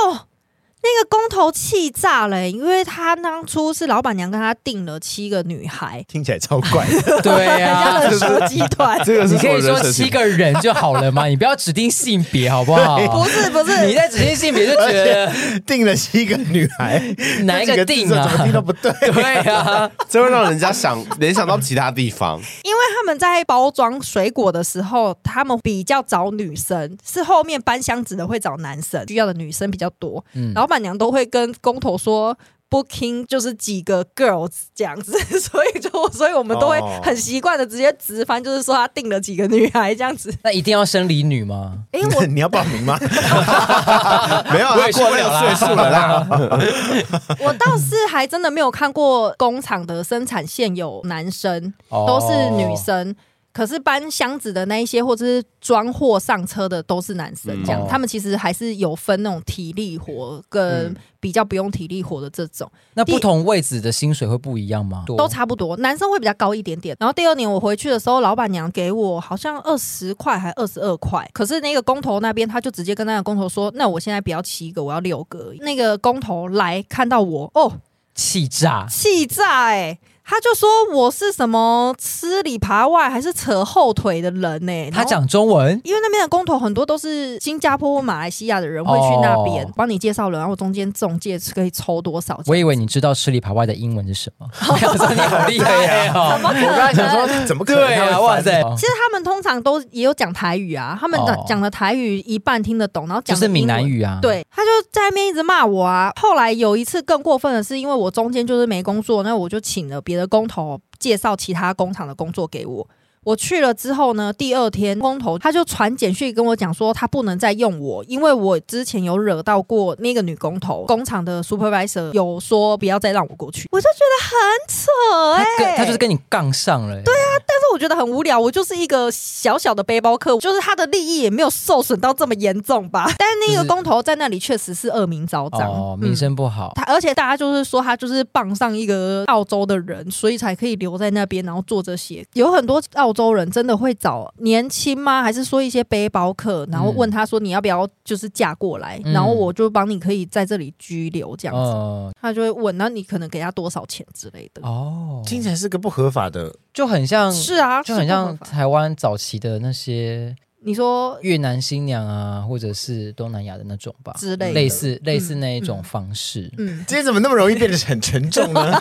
[SPEAKER 3] 那个工头气炸了、欸因为他当初是老板娘跟他定了七个女孩，
[SPEAKER 1] 听起来超怪的。
[SPEAKER 2] 对
[SPEAKER 3] 人家
[SPEAKER 2] 啊。
[SPEAKER 3] 的熟集团
[SPEAKER 4] 这个是
[SPEAKER 2] 你可以
[SPEAKER 4] 什么
[SPEAKER 2] 说
[SPEAKER 4] 人生
[SPEAKER 2] 七个人就好了 嘛，你不要指定性别好不好
[SPEAKER 3] 不？是不
[SPEAKER 2] 你
[SPEAKER 3] 是，
[SPEAKER 2] 在指定性别就觉得
[SPEAKER 1] 定了七个女孩，
[SPEAKER 2] 哪一
[SPEAKER 1] 这几
[SPEAKER 2] 个
[SPEAKER 1] 字
[SPEAKER 2] 定
[SPEAKER 1] 怎么听都
[SPEAKER 2] 啊？
[SPEAKER 1] 不对。
[SPEAKER 2] 对啊，
[SPEAKER 4] 这会让人家想 联想到其他地方，
[SPEAKER 3] 因为他们在包装水果的时候，他们比较找女生，是后面搬箱子的会找男生，需要的女生比较多。
[SPEAKER 2] 嗯
[SPEAKER 3] 老板娘都会跟工头说。 Booking 就是几个 girls 这样子， 所以就所以我们都会
[SPEAKER 1] 哦
[SPEAKER 3] 很习惯的直接直翻，就是说他订了几个女孩这样子。
[SPEAKER 2] 那一定要生理女吗？
[SPEAKER 3] 哎、我
[SPEAKER 1] 你要报名吗？
[SPEAKER 4] 没有啊，
[SPEAKER 2] 我也
[SPEAKER 4] 他过
[SPEAKER 2] 受不了
[SPEAKER 4] 那
[SPEAKER 2] 啦
[SPEAKER 4] 个岁数了啦。
[SPEAKER 3] 我倒是还真的没有看过工厂的生产线有男生，
[SPEAKER 2] 哦
[SPEAKER 3] 都是女生。可是搬箱子的那一些，或者是装货上车的，都是男生。这
[SPEAKER 2] 嗯
[SPEAKER 3] 样，
[SPEAKER 2] 哦
[SPEAKER 3] 他们其实还是有分那种体力活
[SPEAKER 2] 嗯
[SPEAKER 3] 跟比较不用体力活的这种。
[SPEAKER 2] 那不同位置的薪水会不一样吗？
[SPEAKER 3] 都差不多，男生会比较高一点点。然后第二年我回去的时候，老板娘给我好像二十块还二十二块，可是那个工头那边他就直接跟那个工头说：“那我现在不要七个，我要六个而已。”那个工头来看到我，哦，
[SPEAKER 2] 气炸，
[SPEAKER 3] 气炸哎、他就说我是什么吃里扒外还是扯后腿的人呢、
[SPEAKER 2] 他
[SPEAKER 3] 然后
[SPEAKER 2] 讲中文
[SPEAKER 3] 因为那边的工头很多都是新加坡、马来西亚的人会去那边
[SPEAKER 2] 哦
[SPEAKER 3] 帮、你介绍人，然后中间中介可以抽多少钱？
[SPEAKER 2] 我以为你知道吃里扒外的英文是什么， 我想说你好厉害
[SPEAKER 3] 怎么
[SPEAKER 2] 哦！
[SPEAKER 3] 可
[SPEAKER 1] 我刚才想
[SPEAKER 3] 能？
[SPEAKER 1] 说，怎么可能？
[SPEAKER 2] 对
[SPEAKER 1] 他
[SPEAKER 2] 啊，
[SPEAKER 1] 会
[SPEAKER 2] 哇
[SPEAKER 1] 翻
[SPEAKER 2] 塞，
[SPEAKER 3] 其实他们通常都也有讲台语啊，他们
[SPEAKER 2] 哦
[SPEAKER 3] 讲的台语一半听得懂，然后
[SPEAKER 2] 就
[SPEAKER 3] 讲的
[SPEAKER 2] 是闽南
[SPEAKER 3] 英文。
[SPEAKER 2] 语啊，，
[SPEAKER 3] 对，他就在那边一直骂我啊。后来有一次更过分的是，因为我中间就是没工作，那我就请了别的工头介绍其他工厂的工作给我。我去了之后呢，第二天工头他就传简讯跟我讲说，他不能再用我，因为我之前有惹到过那个女工头，工厂的 supervisor 有说不要再让我过去，我就觉得很
[SPEAKER 2] 他
[SPEAKER 3] 扯哎、
[SPEAKER 2] 跟他就是跟你杠上了，对啊，
[SPEAKER 3] 但是我觉得很无聊，我就是一个小小的背包客，就是他的利益也没有受损到这么严重 吧。但是那个工头在那里确实是恶名昭彰，
[SPEAKER 2] 哦，
[SPEAKER 3] 嗯
[SPEAKER 2] 名声不好，
[SPEAKER 3] 他而且大家就是说他就是傍上一个澳洲的人，所以才可以留在那边，然后做这些。有很多澳洲人真的会找年轻吗？还是说一些背包客，然后问他说你要不要就是嫁过来，
[SPEAKER 2] 嗯
[SPEAKER 3] 然后我就帮你可以在这里居留这样子。
[SPEAKER 2] 嗯，
[SPEAKER 3] 他就会问，那你可能给他多少钱之类的？
[SPEAKER 2] 哦，
[SPEAKER 1] 听起来是个不合法的，
[SPEAKER 2] 就很像，
[SPEAKER 3] 是啊，
[SPEAKER 2] 就很
[SPEAKER 3] 是不合
[SPEAKER 2] 像
[SPEAKER 3] 法
[SPEAKER 2] 台湾早期的那些
[SPEAKER 3] 你说
[SPEAKER 2] 越南新娘啊，或者是东南亚的那种吧，
[SPEAKER 3] 之类的
[SPEAKER 2] 类似类似那一种方式，
[SPEAKER 3] 嗯，
[SPEAKER 1] 今天怎么那么容易变得很沉重呢？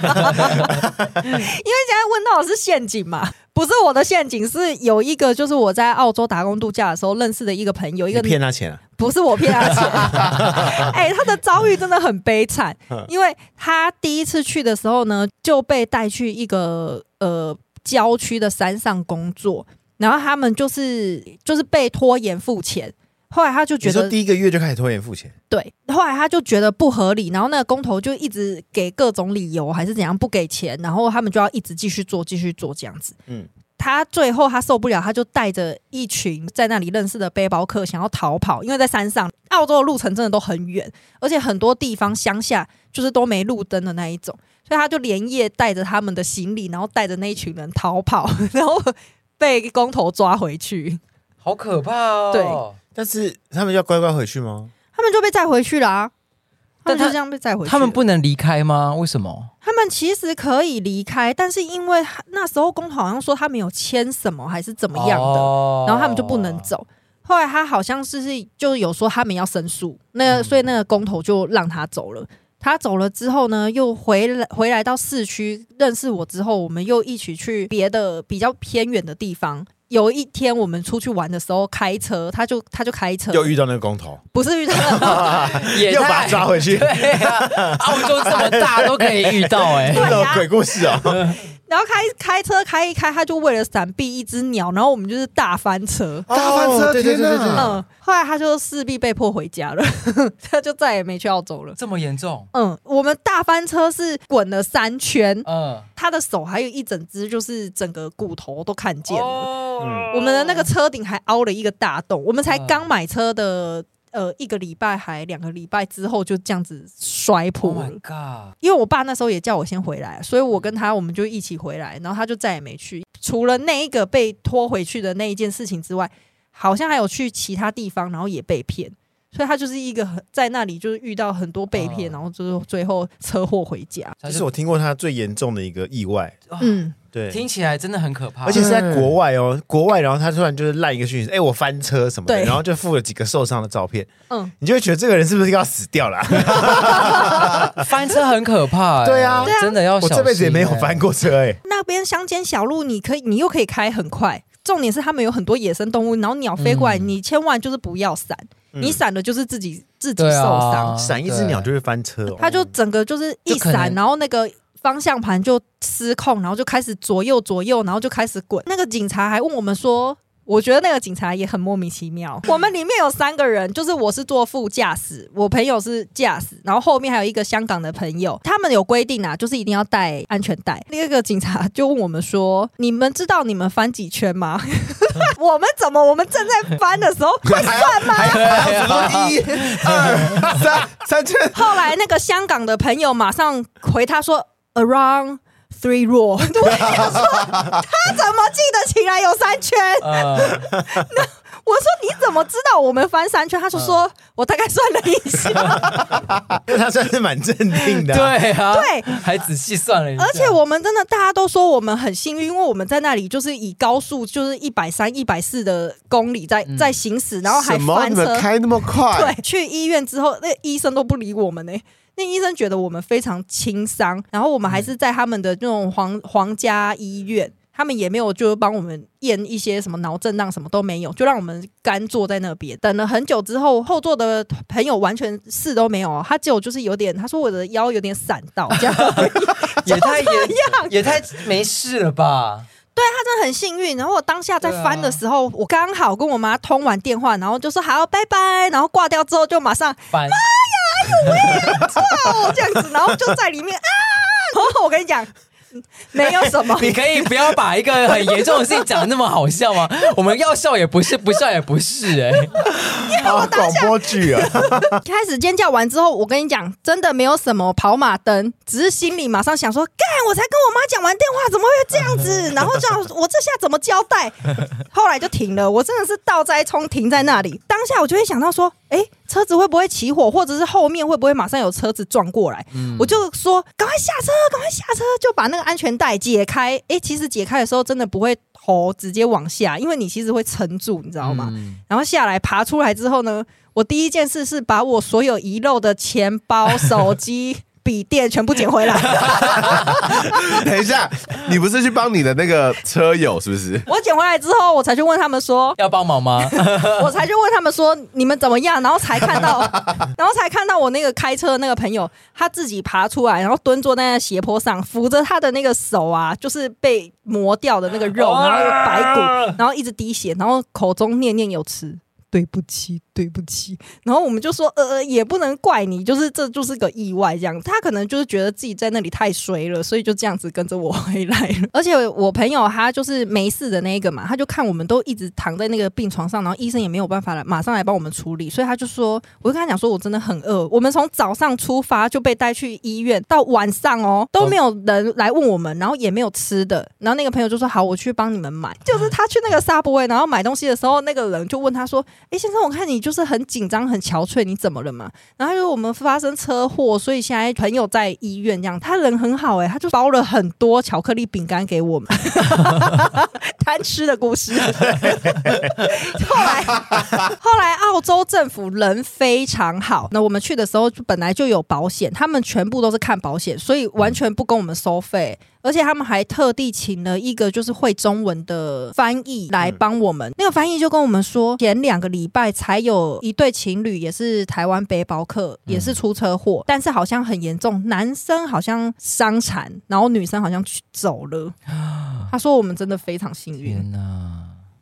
[SPEAKER 3] 现在问到的是陷阱嘛？ 不是我的陷阱，是有一个就是我在澳洲打工度假的时候认识的一个朋友，一
[SPEAKER 1] 你
[SPEAKER 3] 个
[SPEAKER 1] 骗他钱啊？
[SPEAKER 3] 不是我骗他 钱，哎、他的遭遇真的很悲惨，
[SPEAKER 1] 嗯
[SPEAKER 3] 因为他第一次去的时候呢，就被带去一个呃郊区的山上工作，然后他们就是就是被拖延付钱，后来他就
[SPEAKER 1] 你
[SPEAKER 3] 觉
[SPEAKER 1] 说
[SPEAKER 3] 得
[SPEAKER 1] 第一个月就开始拖延付钱，
[SPEAKER 3] 对，后来他就觉得不合理，然后那个工头就一直给各种理由，还是怎样不给钱，然后他们就要一直继续做，继续做这样子。
[SPEAKER 1] 嗯
[SPEAKER 3] 嗯，他最后他受不了，他就带着一群在那里认识的背包客想要逃跑，因为在山上，澳洲的路程真的都很远，而且很多地方乡下就是都没路灯的那一种，所以他就连夜带着他们的行李，然后带着那一群人逃跑， 然后被工头抓回去，
[SPEAKER 2] 好可怕哦对，
[SPEAKER 1] 但是他们要乖乖回去吗？
[SPEAKER 3] 他们就被载回去了啊。他
[SPEAKER 2] 但
[SPEAKER 3] 们就
[SPEAKER 2] 他
[SPEAKER 3] 这样被载回去了，
[SPEAKER 2] 他们不能离开吗？为什么？
[SPEAKER 3] 他们其实可以离开，但是因为他那时候工头好像说他们有签什么还是怎么样的，
[SPEAKER 2] 哦
[SPEAKER 3] 然后他们就不能。走。后来他好像是是就有说他们要申诉，
[SPEAKER 1] 嗯
[SPEAKER 3] 那个、所以那个工头就让他走了。他走了之后呢，又回来回来到市区认识我之后，我们又一起去别的比较偏远的地方。有一天我们出去玩的时候开车，他就他就开车，
[SPEAKER 1] 又遇到那个工头，
[SPEAKER 3] 不是遇到 了
[SPEAKER 2] 也
[SPEAKER 1] 又把
[SPEAKER 2] 太
[SPEAKER 1] 他抓回去，
[SPEAKER 2] 对啊，澳洲这么大都可以遇到 哎、
[SPEAKER 1] 遇到鬼故事哦。
[SPEAKER 3] 然后开开车开一开，他就为了闪避一只鸟，然后我们就是大翻车。
[SPEAKER 4] 大翻车
[SPEAKER 1] 哦对对对对
[SPEAKER 4] 天哪
[SPEAKER 1] 对
[SPEAKER 3] 嗯，后来他就势必被迫回家了， 他就再也没去澳洲了。
[SPEAKER 2] 这么严重？
[SPEAKER 3] 嗯，我们大翻车是滚了三圈，
[SPEAKER 2] 嗯，
[SPEAKER 3] 他的手还有一整只，就是整个骨头都看见了。
[SPEAKER 2] 哦
[SPEAKER 1] 嗯
[SPEAKER 3] 我们的那个车顶还凹了一个大洞，我们才
[SPEAKER 2] 嗯
[SPEAKER 3] 刚买车的。呃，一个礼拜还两个礼拜之后就这样子摔破
[SPEAKER 2] Oh
[SPEAKER 3] 了
[SPEAKER 2] my god！
[SPEAKER 3] 因为我爸那时候也叫我先回来，所以
[SPEAKER 2] 嗯
[SPEAKER 3] 我跟他我们就一起回来，然后他就再也没去。除了那一个被拖回去的那一件事情之外，好像还有去其他地方，然后也被骗。所以他就是一个很在那里就是遇到很多被骗，
[SPEAKER 2] 哦
[SPEAKER 3] 然后就是最后车祸回家。
[SPEAKER 1] 这是我听过他最严重的一个意外，
[SPEAKER 3] 嗯，
[SPEAKER 1] 对，
[SPEAKER 2] 听起来真的很可怕，
[SPEAKER 1] 而且是在国外哦，国外，然后他突然就是烂一个讯息，哎，我翻车什么的，
[SPEAKER 3] 对
[SPEAKER 1] 然后就附了几个受伤的照片，
[SPEAKER 3] 嗯，
[SPEAKER 1] 你就会觉得这个人是不是要死掉了啊？
[SPEAKER 3] 啊
[SPEAKER 2] 翻车很可 怕、哎
[SPEAKER 1] 对啊对
[SPEAKER 2] 真的要
[SPEAKER 1] 我
[SPEAKER 2] 小心、
[SPEAKER 1] 这辈子也没有翻过车，哎，
[SPEAKER 3] 那边乡间小路，你可以，你又可以开很快。重点是他们有很多野生动物，然后鸟飞过来，
[SPEAKER 2] 嗯
[SPEAKER 3] 你千万就是不要闪，
[SPEAKER 2] 哎，
[SPEAKER 3] 你闪了就是自己自己
[SPEAKER 2] 对
[SPEAKER 3] 受
[SPEAKER 2] 啊，
[SPEAKER 3] 伤，
[SPEAKER 1] 闪一只鸟就
[SPEAKER 2] 对
[SPEAKER 1] 会翻车哦。
[SPEAKER 3] 他就整个就是一
[SPEAKER 2] 就可能
[SPEAKER 3] 闪，然后那个方向盘就失控，然后就开始左右左右，然后就开始滚。那个警察还问我们说。我觉得那个警察也很莫名 其妙。我们里面有三个人，就是我是坐副驾驶，我朋友是驾驶，然后后面还有一个香港的朋友。他们有规定啊，就是一定要带安全带。那个警察就问我们说：“你们知道你们翻几圈 吗？”我们怎么我们正在翻的时候会算吗？
[SPEAKER 4] 还有什么一二三三圈？
[SPEAKER 2] 哦
[SPEAKER 3] 后来那个香港的朋友马上回他说 around three row，我 想说他怎么记得起来有三圈？
[SPEAKER 2] 呃，
[SPEAKER 3] 我说你怎么知道我们翻三圈？他就
[SPEAKER 4] 嗯
[SPEAKER 3] 说我大概算了一下，
[SPEAKER 1] 因 为他算是蛮镇定的啊、
[SPEAKER 2] 对啊，
[SPEAKER 3] 对，
[SPEAKER 2] 还仔细算了一下，
[SPEAKER 3] 而且我们真的大家都说我们很幸运，因为我们在那里就是以高速就是一百三、一百四的公里在在行驶，然后还
[SPEAKER 4] 嗯什么？
[SPEAKER 3] 翻
[SPEAKER 4] 你
[SPEAKER 3] 车
[SPEAKER 4] 们。开那么快？
[SPEAKER 3] 对，去医院之后，那医生都不理我们呢、那医生觉得我们非常轻伤，然后我
[SPEAKER 2] 嗯
[SPEAKER 3] 们还是在他们的那种皇皇家医院，他们也没有就帮我们验一些什么脑震荡，什么都没有，就让我们干坐在那边。等了很久之后，后座的朋友完全事都没有哦，他只有就是有点，他说我的腰有点闪到，这样
[SPEAKER 2] 也太也 也太没事了吧？
[SPEAKER 3] 真的很幸运。然后我当下在
[SPEAKER 2] 对啊
[SPEAKER 3] 翻的时候，我刚好跟我妈通完电话，然后就说好拜拜，然后挂掉之后就马上
[SPEAKER 2] 反
[SPEAKER 3] 哦，这样子，然后就在里面啊，然后我跟你讲，嗯没有什么，
[SPEAKER 2] 你可以不要把一个很严重的事情讲的那么好笑 吗？我们要笑也不是，不笑也不是、哎，
[SPEAKER 1] 啊，广播剧啊，
[SPEAKER 3] 开始尖叫完之后，我跟你讲，真的没有什么跑马灯，只是心里马上想说，干，我才跟我妈讲完电话，怎么会这样子？然后这样，我这下怎么交代？后来就停了，我真的是倒栽葱停在那里。当下我就会想到说，哎、车子会不会起火，或者是后面会不会马上有车子撞过来？我就说赶快下车，赶快下车，就把那个安全带解开。哎、其实解开的时候真的不会头直接往下，因为你其实会撑住，你知道吗？
[SPEAKER 2] 嗯
[SPEAKER 3] 然后下来爬出来之后呢，我第一件事是把我所有遗漏的钱包、手机、笔电全部捡回来。
[SPEAKER 4] 等一下，你不是去帮你的那个车友是不是？
[SPEAKER 3] 我捡回来之后，我才去问他 们说，
[SPEAKER 2] 要帮忙吗？
[SPEAKER 3] 我才去问他们说你们怎么样，然后才看到， 然后才看到我那个开车的那个朋友，他自己爬出来，然后蹲坐在那斜坡上，扶着他的那个手啊，就是被磨掉的那个肉，
[SPEAKER 2] 哦
[SPEAKER 3] 然后有白骨，然后一直滴血，然后口中念念有词。对不起，对不起。然后我们就说，呃，呃也不能怪你，就是这就是个意外这样。他可能就是觉得自己在那里太衰了，所以就这样子跟着我回来了。而且我朋友他就是没事的那一个嘛，他就看我们都一直躺在那个病床上，然后医生也没有办法来马上来帮我们处理，所以他就说，我就跟他讲说，我真的很饿。我们从早上出发就被带去医院，到晚上哦都没有人来问我们，然后也没有吃的。然后那个朋友就说，好，我去帮你们买。就是他去那个沙波 y 然后买东西的时候，那个人就问他说，哎、先生，我看你就是很紧张、很憔悴，你怎么了嘛？然后他说我们发生车祸，所以现在朋友在医院这样。他人很好哎、他就包了很多巧克力饼干给我们， 贪吃的故事。后来后来澳洲政府人非常好，那我们去的时候就本来就有保险，他们全部都是看保险，所以完全不跟我们收费。而且他们还特地请了一个就是会中文的翻译来帮我们。那个翻译就跟我们说，前两个礼拜才有一对情侣，也是台湾背包客，也是出车祸，但是好像很严重，男生好像伤残，然后女生好像去走了。他说我们真的非常幸运。
[SPEAKER 2] 天哪！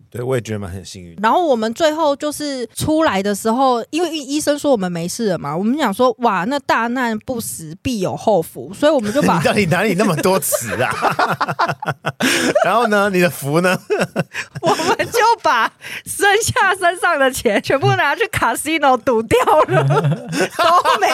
[SPEAKER 1] 对我也觉得蛮很幸运。
[SPEAKER 3] 然后我们最后就是出来的时候，因为医生说我们没事了嘛，我们想说哇，那大难不死必有后福，所以我们就把
[SPEAKER 1] 你到底哪里那么多词啊？ 然后呢，你的福呢？
[SPEAKER 3] 我们就把剩下身上的钱全部拿去 casino 赌掉 了，都没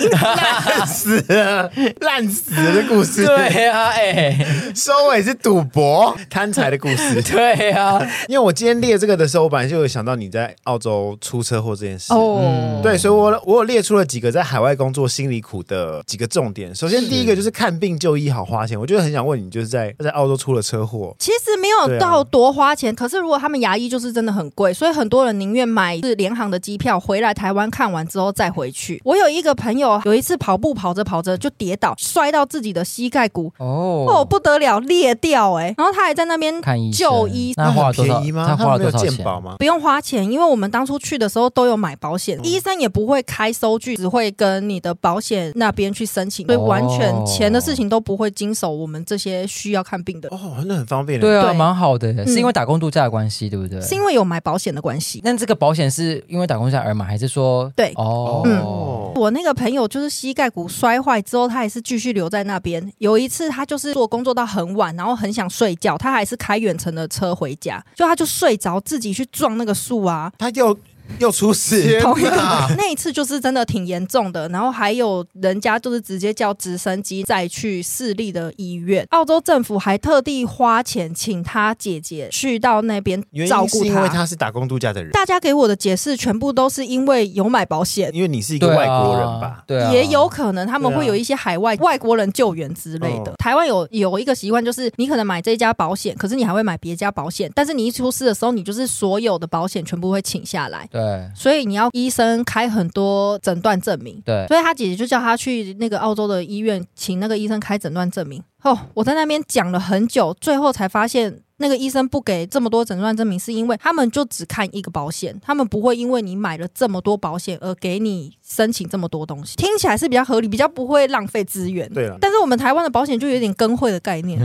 [SPEAKER 3] 赢。
[SPEAKER 1] 烂死了，烂死了的故事。
[SPEAKER 2] 对啊，哎、
[SPEAKER 1] 收尾是赌博、贪财的故事。
[SPEAKER 2] 对啊，
[SPEAKER 1] 因为我今天列这个的时候，我本来就有想到你在澳洲出车祸这件事。
[SPEAKER 3] 哦，
[SPEAKER 1] 对，所以我我有列出了几个在海外工作心里苦的几个重点。首先，第一个就是看病就医好花钱。我就是很想问你，就是在在澳洲出了车祸，
[SPEAKER 3] 其实没有到多花钱，可是如果他们牙医就是真的很贵，所以很多人宁愿买是联航的机票回来台湾看完之后再回去。我有一个朋友有一次跑步跑着跑着就跌倒，摔到自己的膝盖骨，
[SPEAKER 2] 哦
[SPEAKER 3] 哦，不得了，裂掉哎、然后他还在那 边
[SPEAKER 2] 看医生
[SPEAKER 3] 就医，
[SPEAKER 2] 那花了多
[SPEAKER 1] 很
[SPEAKER 2] 少
[SPEAKER 1] 便宜？吗？
[SPEAKER 2] 他花
[SPEAKER 1] 们
[SPEAKER 2] 了
[SPEAKER 1] 没有
[SPEAKER 2] 多少
[SPEAKER 1] 健
[SPEAKER 2] 钱
[SPEAKER 1] 保吗？
[SPEAKER 3] 不用花钱，因为我们当初去的时候都有买保险，医生也不会开收据，只会跟你的保险那边去申请，所以完全钱的事情都不会经手我们这些需要看病的，
[SPEAKER 1] 哦，那很方便。
[SPEAKER 2] 对啊，
[SPEAKER 3] 对嗯
[SPEAKER 2] 蛮好的，是因为打工度假的关系，对不对？
[SPEAKER 3] 是因为有买保险的关系。
[SPEAKER 2] 那这个保险是因为打工度假而买，还是说
[SPEAKER 3] 对
[SPEAKER 2] 哦？
[SPEAKER 1] 哦，
[SPEAKER 3] 我那个朋友就是膝盖骨摔坏之后，他也是继续留在那边。有一次，他就是做工作到很晚，然后很想睡觉，他还是开远程的车回家，就他就睡着，自己去撞那个树啊。
[SPEAKER 1] 他又又出事
[SPEAKER 4] 天，
[SPEAKER 3] 同一个
[SPEAKER 4] 哪
[SPEAKER 3] 那一次就是真的挺严重的，然后还有人家就是直接叫直升机再去市立的医院，澳洲政府还特地花钱请他姐姐去到那边
[SPEAKER 1] 原
[SPEAKER 3] 照
[SPEAKER 1] 因
[SPEAKER 3] 顾
[SPEAKER 1] 是因为他是打工度假的人，
[SPEAKER 3] 大家给我的解释全部都是因为有买保险，
[SPEAKER 1] 因为你是一
[SPEAKER 2] 一
[SPEAKER 1] 个外国人吧？
[SPEAKER 2] 对啊，
[SPEAKER 3] 也有可能他们
[SPEAKER 1] 对
[SPEAKER 3] 会
[SPEAKER 1] 啊
[SPEAKER 3] 有一些海外外国人救援之类的。
[SPEAKER 1] 哦
[SPEAKER 3] 台湾有有一个习惯，就是你可能买这家保险，可是你还会买别家保险，但是你一出事的时候，你就是所有的保险全部会请下来，
[SPEAKER 2] 对
[SPEAKER 3] 所以你要医生开很多诊断证明。
[SPEAKER 2] 对，
[SPEAKER 3] 所以他姐姐就叫他去那个澳洲的医院，请那个医生开诊断证明。哦，我在那边讲了很久，最后才发现那个医生不给这么多诊断证明，是因为他们就只看一个保险，他们不会因为你买了这么多保险而给你申请这么多东西。听起来是比较合理，比较不会浪费资源。
[SPEAKER 2] 啊
[SPEAKER 1] 对啊了，
[SPEAKER 3] 但是我们台湾的保险就有点跟会的概念，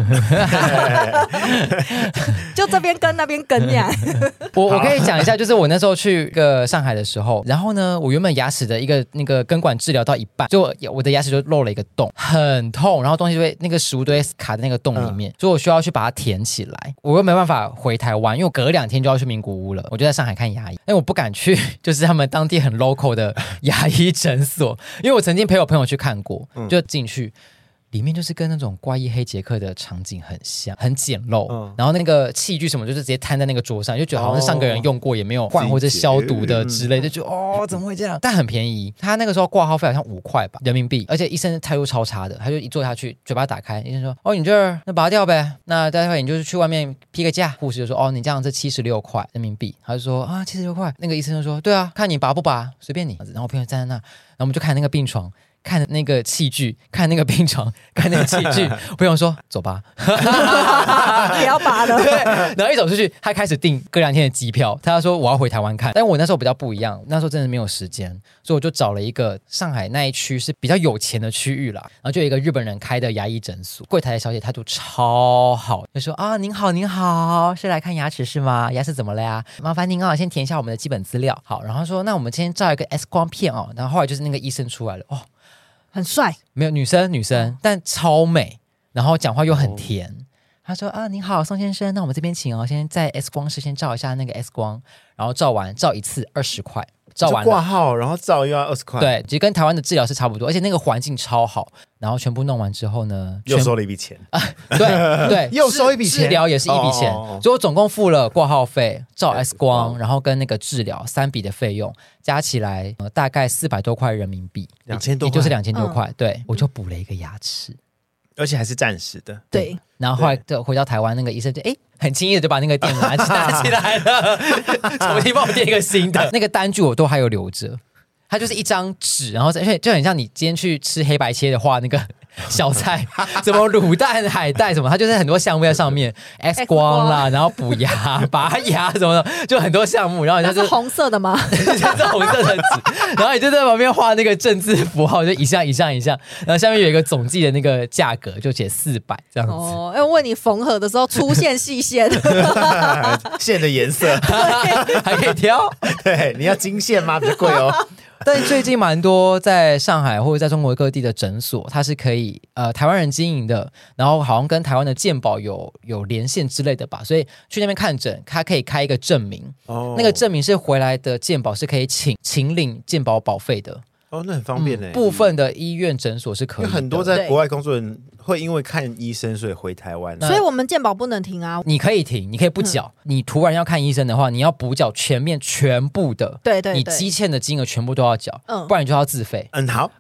[SPEAKER 3] 就这边跟那边跟呀，
[SPEAKER 2] 我我可以讲一下，就是我那时候去一个上海的时候，然后呢，我原本牙齿的一个那个根管治疗到一半，就我我的牙齿就漏了一个洞，很痛，然后东西就会那个食物都会卡在那个洞里面，所以我需要去把它填起来。我又没办法回台湾，因为我隔两天就要去名古屋了，我就在上海看牙医，哎但我不敢去，就是他们当地很 local 的牙医诊所，因为我曾经陪我朋友去看过，就进去。里面就是跟那种怪异黑杰克的场景很像，很简陋，
[SPEAKER 1] 嗯
[SPEAKER 2] 然后那个器具什么就是直接摊在那个桌上，就觉得好像是上个人用过，也没有换
[SPEAKER 4] 哦
[SPEAKER 2] 或者消毒的之类的，就觉得哦怎么会这样？但很便宜，他那个时候挂号费好像五块吧人民币，而且医生态度超差的，他就一坐下去，嘴巴打开，医生说哦你这儿那拔掉呗，那待会你就是去外面批个价。护士就说哦你这样这七十六块人民币，他就说啊七十六块，那个医生就说对啊，看你拔不拔，随便你。然后我朋友站在那，然后我们就看那个病床。看那个器具，看那个病床，看那个器具。我想说，走吧，
[SPEAKER 3] 不要拔了。
[SPEAKER 2] 然后一走出去，他开始订隔两天的机票。他说我要回台湾看，但我那时候比较不一样，那时候真的没有时间，所以我就找了一个上海那一区是比较有钱的区域啦。然后就有一个日本人开的牙医诊所，柜台的小姐态度超好，就说啊您好您好，是来看牙齿是吗？牙齿怎么了呀？麻烦您啊先填一下我们的基本资料。好，然后说那我们先照一个 X 光片哦。然后后来就是那个医生出来了，哦，
[SPEAKER 3] 很帅，
[SPEAKER 2] 没有女生，女
[SPEAKER 1] 嗯
[SPEAKER 2] 生，但超美，然后讲话又很甜。
[SPEAKER 1] 哦
[SPEAKER 2] 她说啊，您好，宋先生，那我们这边请哦，先在 X 光室先照一下那个 X 光，然后照完照一次二十块，照
[SPEAKER 1] 就
[SPEAKER 2] 完
[SPEAKER 1] 挂
[SPEAKER 2] 了。
[SPEAKER 1] 号，然后照又要二十块，，
[SPEAKER 2] 对，其实跟台湾的治疗是差不多，而且那个环境超好。然后全部弄完之后呢，
[SPEAKER 1] 又
[SPEAKER 2] 全
[SPEAKER 1] 收了一笔钱，
[SPEAKER 2] 对对，
[SPEAKER 1] 又
[SPEAKER 2] 治
[SPEAKER 1] 收一笔钱
[SPEAKER 2] 治疗也是一笔钱，
[SPEAKER 1] 哦哦哦
[SPEAKER 2] 所以我总共付了挂号费、照 X 光，
[SPEAKER 1] 光
[SPEAKER 2] 然后跟那个治疗三笔的费用，加起来、呃、大概四百多块人民币，
[SPEAKER 1] 2000多
[SPEAKER 2] 也就
[SPEAKER 1] 块
[SPEAKER 2] 是两千多
[SPEAKER 3] 嗯
[SPEAKER 2] 块。对，我就补了一个牙齿。
[SPEAKER 1] 而且还是暂时的。
[SPEAKER 3] 对，
[SPEAKER 2] 然后后来就回到台湾，那个医生就哎、诶很轻易的就把那个店 拿拿起来了， 重新帮我垫一个新的。 那个单据我都还有留着，它就是一张纸，然后而且就很像你今天去吃黑白切的话，那 个小菜什么卤蛋、海带什么，它就是很多项目在上面，X 光啦，然后补牙、拔牙什么的，就很多项目。然后人
[SPEAKER 3] 那
[SPEAKER 2] 家
[SPEAKER 3] 是
[SPEAKER 2] 就
[SPEAKER 3] 红色的吗？
[SPEAKER 2] 就是 红色的纸，然后你就在旁边画那个正字符号，就一项一项一项，然后下面有一个总计的那个价格，就写四百这样子。
[SPEAKER 3] 哦，要问你缝合的时候出现细线，
[SPEAKER 1] 线的颜 色，
[SPEAKER 2] 还可以挑。
[SPEAKER 1] 对，你要金线吗？比较贵哦。
[SPEAKER 2] 但最近蛮多在上海或者在中国各地的诊所，它是可以呃台湾人经营的，然后好像跟台湾的健保有有连线之类的吧，所以去那边看诊，它可以开一个证明，
[SPEAKER 1] 哦
[SPEAKER 2] 那个证明是回来的健保是可以请请领健保保费的，
[SPEAKER 1] 哦，那很方便呢。
[SPEAKER 2] 部分的医院诊所嗯是可
[SPEAKER 1] 因
[SPEAKER 2] 以
[SPEAKER 1] 为
[SPEAKER 2] 的
[SPEAKER 1] 很多在国外工作的人会因为看医生所以回台湾，啊
[SPEAKER 3] 所以我们鉴宝不能停啊。
[SPEAKER 2] 你可以停，你可以不缴。
[SPEAKER 1] 嗯
[SPEAKER 2] 你突然要看医生的话，你要补缴全面全部的，
[SPEAKER 3] 对对
[SPEAKER 2] 你
[SPEAKER 3] 对
[SPEAKER 2] 积欠的金额全部都要缴，
[SPEAKER 3] 嗯
[SPEAKER 2] 不然你就要自费。
[SPEAKER 1] 嗯， 好。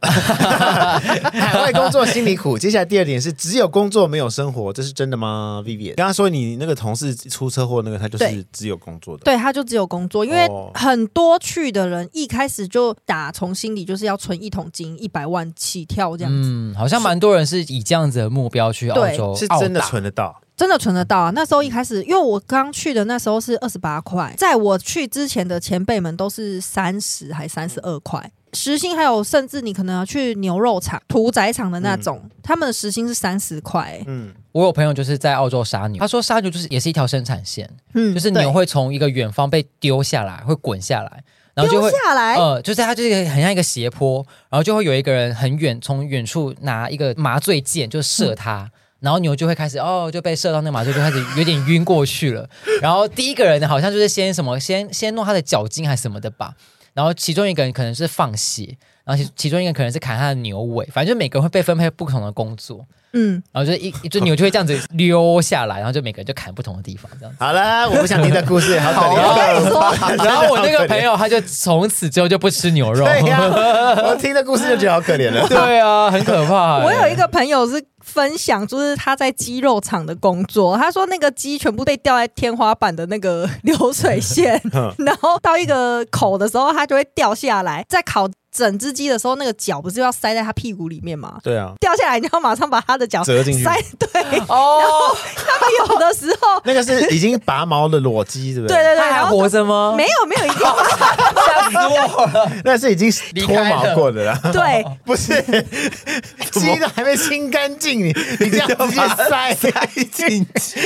[SPEAKER 1] 海外工作心里苦。接下来第二点是，只有工作没有生活，这是真的吗？Vivian，刚刚说你那个同事出车祸，那个他就是
[SPEAKER 3] 对
[SPEAKER 1] 只有工作的。
[SPEAKER 3] 对，他就只有工作，因为
[SPEAKER 1] 哦
[SPEAKER 3] 很多去的人一开始就打从心里就是要存一桶金，一百万起跳这样子。
[SPEAKER 2] 嗯嗯，好像蛮多人是以这样子的目标去澳洲，
[SPEAKER 1] 是
[SPEAKER 2] 澳
[SPEAKER 1] 真的
[SPEAKER 2] 大
[SPEAKER 1] 存得到，
[SPEAKER 3] 真的存得到啊！那时候一开始，因为我刚去的那时候是二十八块，在我去之前的前辈们都是三十还三十二块。时薪还有，甚至你可能要去牛肉厂、屠宰场的那种，他们的时薪是三十块、欸
[SPEAKER 1] 嗯，
[SPEAKER 2] 我有朋友就是在澳洲杀牛，他说杀牛就是也是一条生产线，
[SPEAKER 3] 嗯，
[SPEAKER 2] 就是
[SPEAKER 3] 对
[SPEAKER 2] 牛会从一个远方被丢下来，会滚下来，然后就
[SPEAKER 3] 丢
[SPEAKER 2] 会。
[SPEAKER 3] 下来，
[SPEAKER 2] 呃，就是它就是一个很像一个斜坡，然后就会有一个人很远从远处拿一个麻醉箭就射它，然后牛就会开始哦就被射到那麻醉就开始有点晕过去了，然后第一个人好像就是先什么先先弄他的脚筋还是什么的吧，然后其中一个人可能是放血，然后其其中一个人可能是砍他的牛尾，反正就每个人会被分配不同的工作，
[SPEAKER 3] 嗯，
[SPEAKER 2] 然后就一一只牛就会这样子溜下来，然后就每个人就砍不同的地方这样子。
[SPEAKER 1] 好了，我不想听的故事，好 可
[SPEAKER 2] 好
[SPEAKER 1] 怜。
[SPEAKER 2] 啊
[SPEAKER 3] 我跟你说，
[SPEAKER 2] 然后我那个朋友他就从此之后就不吃牛肉，
[SPEAKER 1] 对呀、我听的故事就觉得好可怜 了。
[SPEAKER 2] 对啊，很可怕欸、
[SPEAKER 3] 我有一个朋友是分享，就是他在鸡肉厂的工作，他说那个鸡全部被吊在天花板的那个流水 线，
[SPEAKER 2] 嗯
[SPEAKER 3] 然后到一个口的时候，它就会掉下来。在烤整只鸡的时候，那个脚不是要塞在他屁股里面吗？
[SPEAKER 1] 对啊，
[SPEAKER 3] 掉下来，你要马上把他的脚
[SPEAKER 1] 折进去
[SPEAKER 3] 塞。 对，
[SPEAKER 2] 哦，
[SPEAKER 3] 他们有的时候，
[SPEAKER 1] 那个是已经拔毛的裸鸡，对不
[SPEAKER 3] 对
[SPEAKER 1] 对？
[SPEAKER 3] 对对，
[SPEAKER 2] 他还
[SPEAKER 3] 然后
[SPEAKER 2] 活着吗？
[SPEAKER 3] 没有没有一定要
[SPEAKER 2] 吓死我了！
[SPEAKER 1] 对，那是已经脱毛过的啦。
[SPEAKER 3] 对，
[SPEAKER 2] 哦
[SPEAKER 1] 不是，鸡都还没清干净，你你这样直接塞塞进去，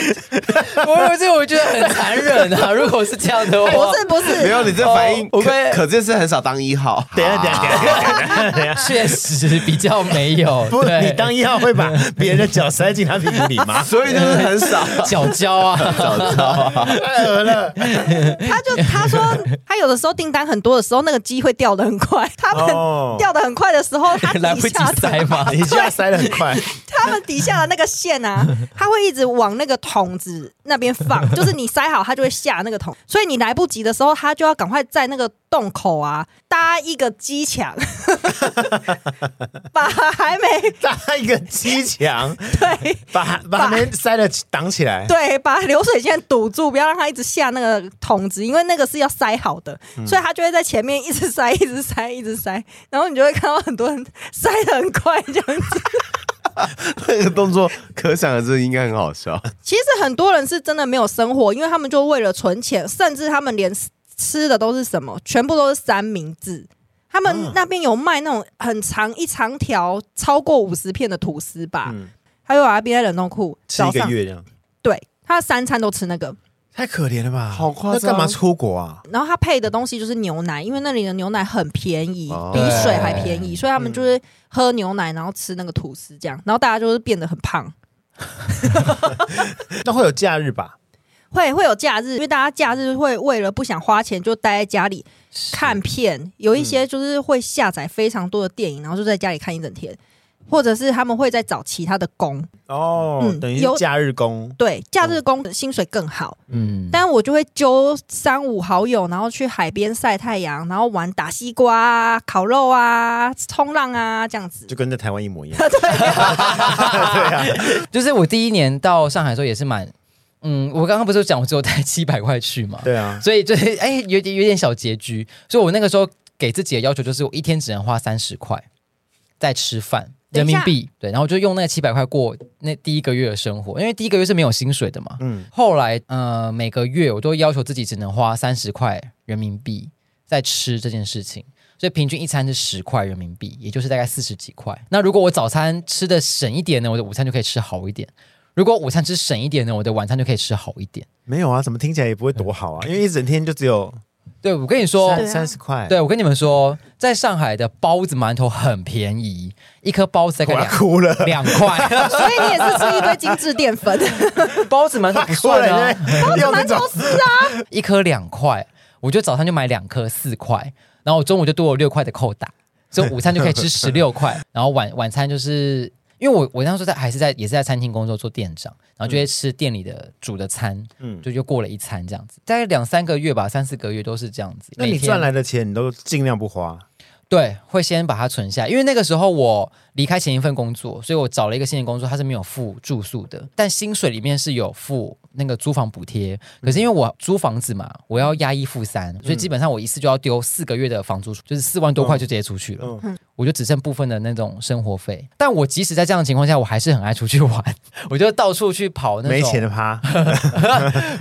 [SPEAKER 2] 我我这我觉得很残忍 啊！如果是这样的话，
[SPEAKER 3] 不哎是不
[SPEAKER 4] 没
[SPEAKER 3] 是，
[SPEAKER 4] 有你这反应
[SPEAKER 2] 哦，我
[SPEAKER 4] 可
[SPEAKER 2] 被
[SPEAKER 4] 可见是很少当一号。？
[SPEAKER 1] 等一下等一下等一下等一下，
[SPEAKER 2] 确实比较没 有。
[SPEAKER 1] 不，
[SPEAKER 2] 对
[SPEAKER 1] 你当一号会把别人的脚塞进他屁股里吗
[SPEAKER 4] 所以就是很少。
[SPEAKER 2] 脚胶啊，
[SPEAKER 1] 太恶了，
[SPEAKER 3] 他就他 说他有的时候订单很多的时候，那个鸡会掉的很快， 他们
[SPEAKER 1] 哦
[SPEAKER 3] 掉的很快的时候，他
[SPEAKER 2] 来不
[SPEAKER 3] 底
[SPEAKER 2] 及
[SPEAKER 3] 下的
[SPEAKER 2] 塞吗？
[SPEAKER 1] 你就要塞的很快，
[SPEAKER 3] 他们底下的那个 线啊，它会一直往那个桶子那边放，就是你塞好，它就会下那个桶，所以你来不及的时候，它就要赶快在那个洞口啊搭一个机 墙， 把还没
[SPEAKER 1] 搭一个机墙，
[SPEAKER 3] 对
[SPEAKER 1] 把把那边塞的挡起来。
[SPEAKER 3] 对把流水线堵住，不要让它一直下那个桶子，因为那个是要塞好的，
[SPEAKER 1] 嗯
[SPEAKER 3] 所以它就会在前面一直塞，一直塞，一直塞，然后你就会看到很多人塞的很快这样子。
[SPEAKER 4] 那个动作可想而知，应该很好笑。
[SPEAKER 3] 其实很多人是真的没有生活，因为他们就为了存钱，甚至他们连吃的都是什么，全部都是三明治。他
[SPEAKER 1] 嗯
[SPEAKER 3] 们那边有卖那种很长一长条超过五十片的吐司吧，
[SPEAKER 1] 嗯
[SPEAKER 3] 还有 R B I 冷冻库，
[SPEAKER 1] 吃一
[SPEAKER 3] 早
[SPEAKER 1] 个
[SPEAKER 3] 上
[SPEAKER 1] 月这样，
[SPEAKER 3] 对他三餐都吃那个，
[SPEAKER 1] 太可怜了吧？
[SPEAKER 4] 好夸张
[SPEAKER 1] 那干嘛出国啊？
[SPEAKER 3] 然后他配的东西就是牛奶，因为那里的牛奶很便宜，
[SPEAKER 4] 哦
[SPEAKER 3] 比水还便宜，所以他们就是喝牛奶，然后吃那个吐司这样，然后大家就是变得很胖。
[SPEAKER 1] 那会有假日吧？
[SPEAKER 3] 会会有假日，因为大家假日会为了不想花钱就待在家里看片，有一些就是会下载非常多的电影，然后就在家里看一整天，或者是他们会再找其他的工。
[SPEAKER 1] 哦，
[SPEAKER 3] 嗯
[SPEAKER 1] 等于是
[SPEAKER 3] 有
[SPEAKER 1] 假日工。
[SPEAKER 3] 对，假日工的薪水更好，
[SPEAKER 2] 嗯，
[SPEAKER 3] 但我就会揪三五好友，然后去海边晒太阳，然后玩打西瓜啊、烤肉啊、冲浪啊这样子
[SPEAKER 1] 就。跟在台湾一模 一样，
[SPEAKER 2] 就是我第一年到上海的时候也是蛮，嗯，我刚刚不是有讲我只有带七百块去嘛，
[SPEAKER 1] 对啊，
[SPEAKER 2] 所以就是哎，有点有点小拮据，所以我那个时候给自己的要求就是我一天只能花三十块在吃饭。
[SPEAKER 3] 等
[SPEAKER 2] 人
[SPEAKER 3] 一下
[SPEAKER 2] 民币对，然后我就用那七百块过那第一个月的生活，因为第一个月是没有薪水的嘛。
[SPEAKER 1] 嗯，
[SPEAKER 2] 后来呃，每个月我都要求自己只能花三十块人民币在吃这件事情，所以平均一餐是十块人民币，也就是大概四十几块。那如果我早餐吃的省一点呢，我的午餐就可以吃好一点；如果午餐吃省一点呢，我的晚餐就可以吃好一点。
[SPEAKER 1] 没有啊，怎么听起来也不会多好啊，因为一整天就只有
[SPEAKER 2] 对，我跟你说，
[SPEAKER 1] 三
[SPEAKER 3] 对啊
[SPEAKER 1] 三十块，
[SPEAKER 2] 对，我跟你们说，在上海的包子馒头很便宜，一颗包子大
[SPEAKER 1] 我
[SPEAKER 2] 概
[SPEAKER 1] 要
[SPEAKER 2] 两
[SPEAKER 1] 哭了，
[SPEAKER 2] 两 块，
[SPEAKER 3] 所以你也是吃一堆精致淀粉，
[SPEAKER 2] 包子馒头 不算啊，
[SPEAKER 1] 要那种
[SPEAKER 2] 一颗两块，我就早上就买两颗四块，然后我中午就多了六块的扣打，所以午餐就可以吃十 六块，然后晚晚餐就是。因为我我那时候在还是在也是在餐厅工作做店长，然后就会吃店里的煮的餐，
[SPEAKER 1] 嗯
[SPEAKER 2] 嗯，就就过了一餐这样子，大概两三个月吧，三四个月都是这样子。
[SPEAKER 1] 那你
[SPEAKER 2] 每天
[SPEAKER 1] 赚来的钱你都尽量不花，
[SPEAKER 2] 对，会先把它存下，因为那个时候我离开前一份工作，所以我找了一个新的工作，它是没有付住宿的，但薪水里面是有付那个租房补贴，可是因为我租房子嘛，我要押一付三，
[SPEAKER 1] 嗯
[SPEAKER 2] 所以基本上我一次就要丢四个月的房租出，就是四万多块就直接出去了。
[SPEAKER 1] 嗯
[SPEAKER 2] 我就只剩部分的那种生活费，但我即使在这样的情况下，我还是很爱出去玩，我就到处去跑那种
[SPEAKER 1] 没钱的趴，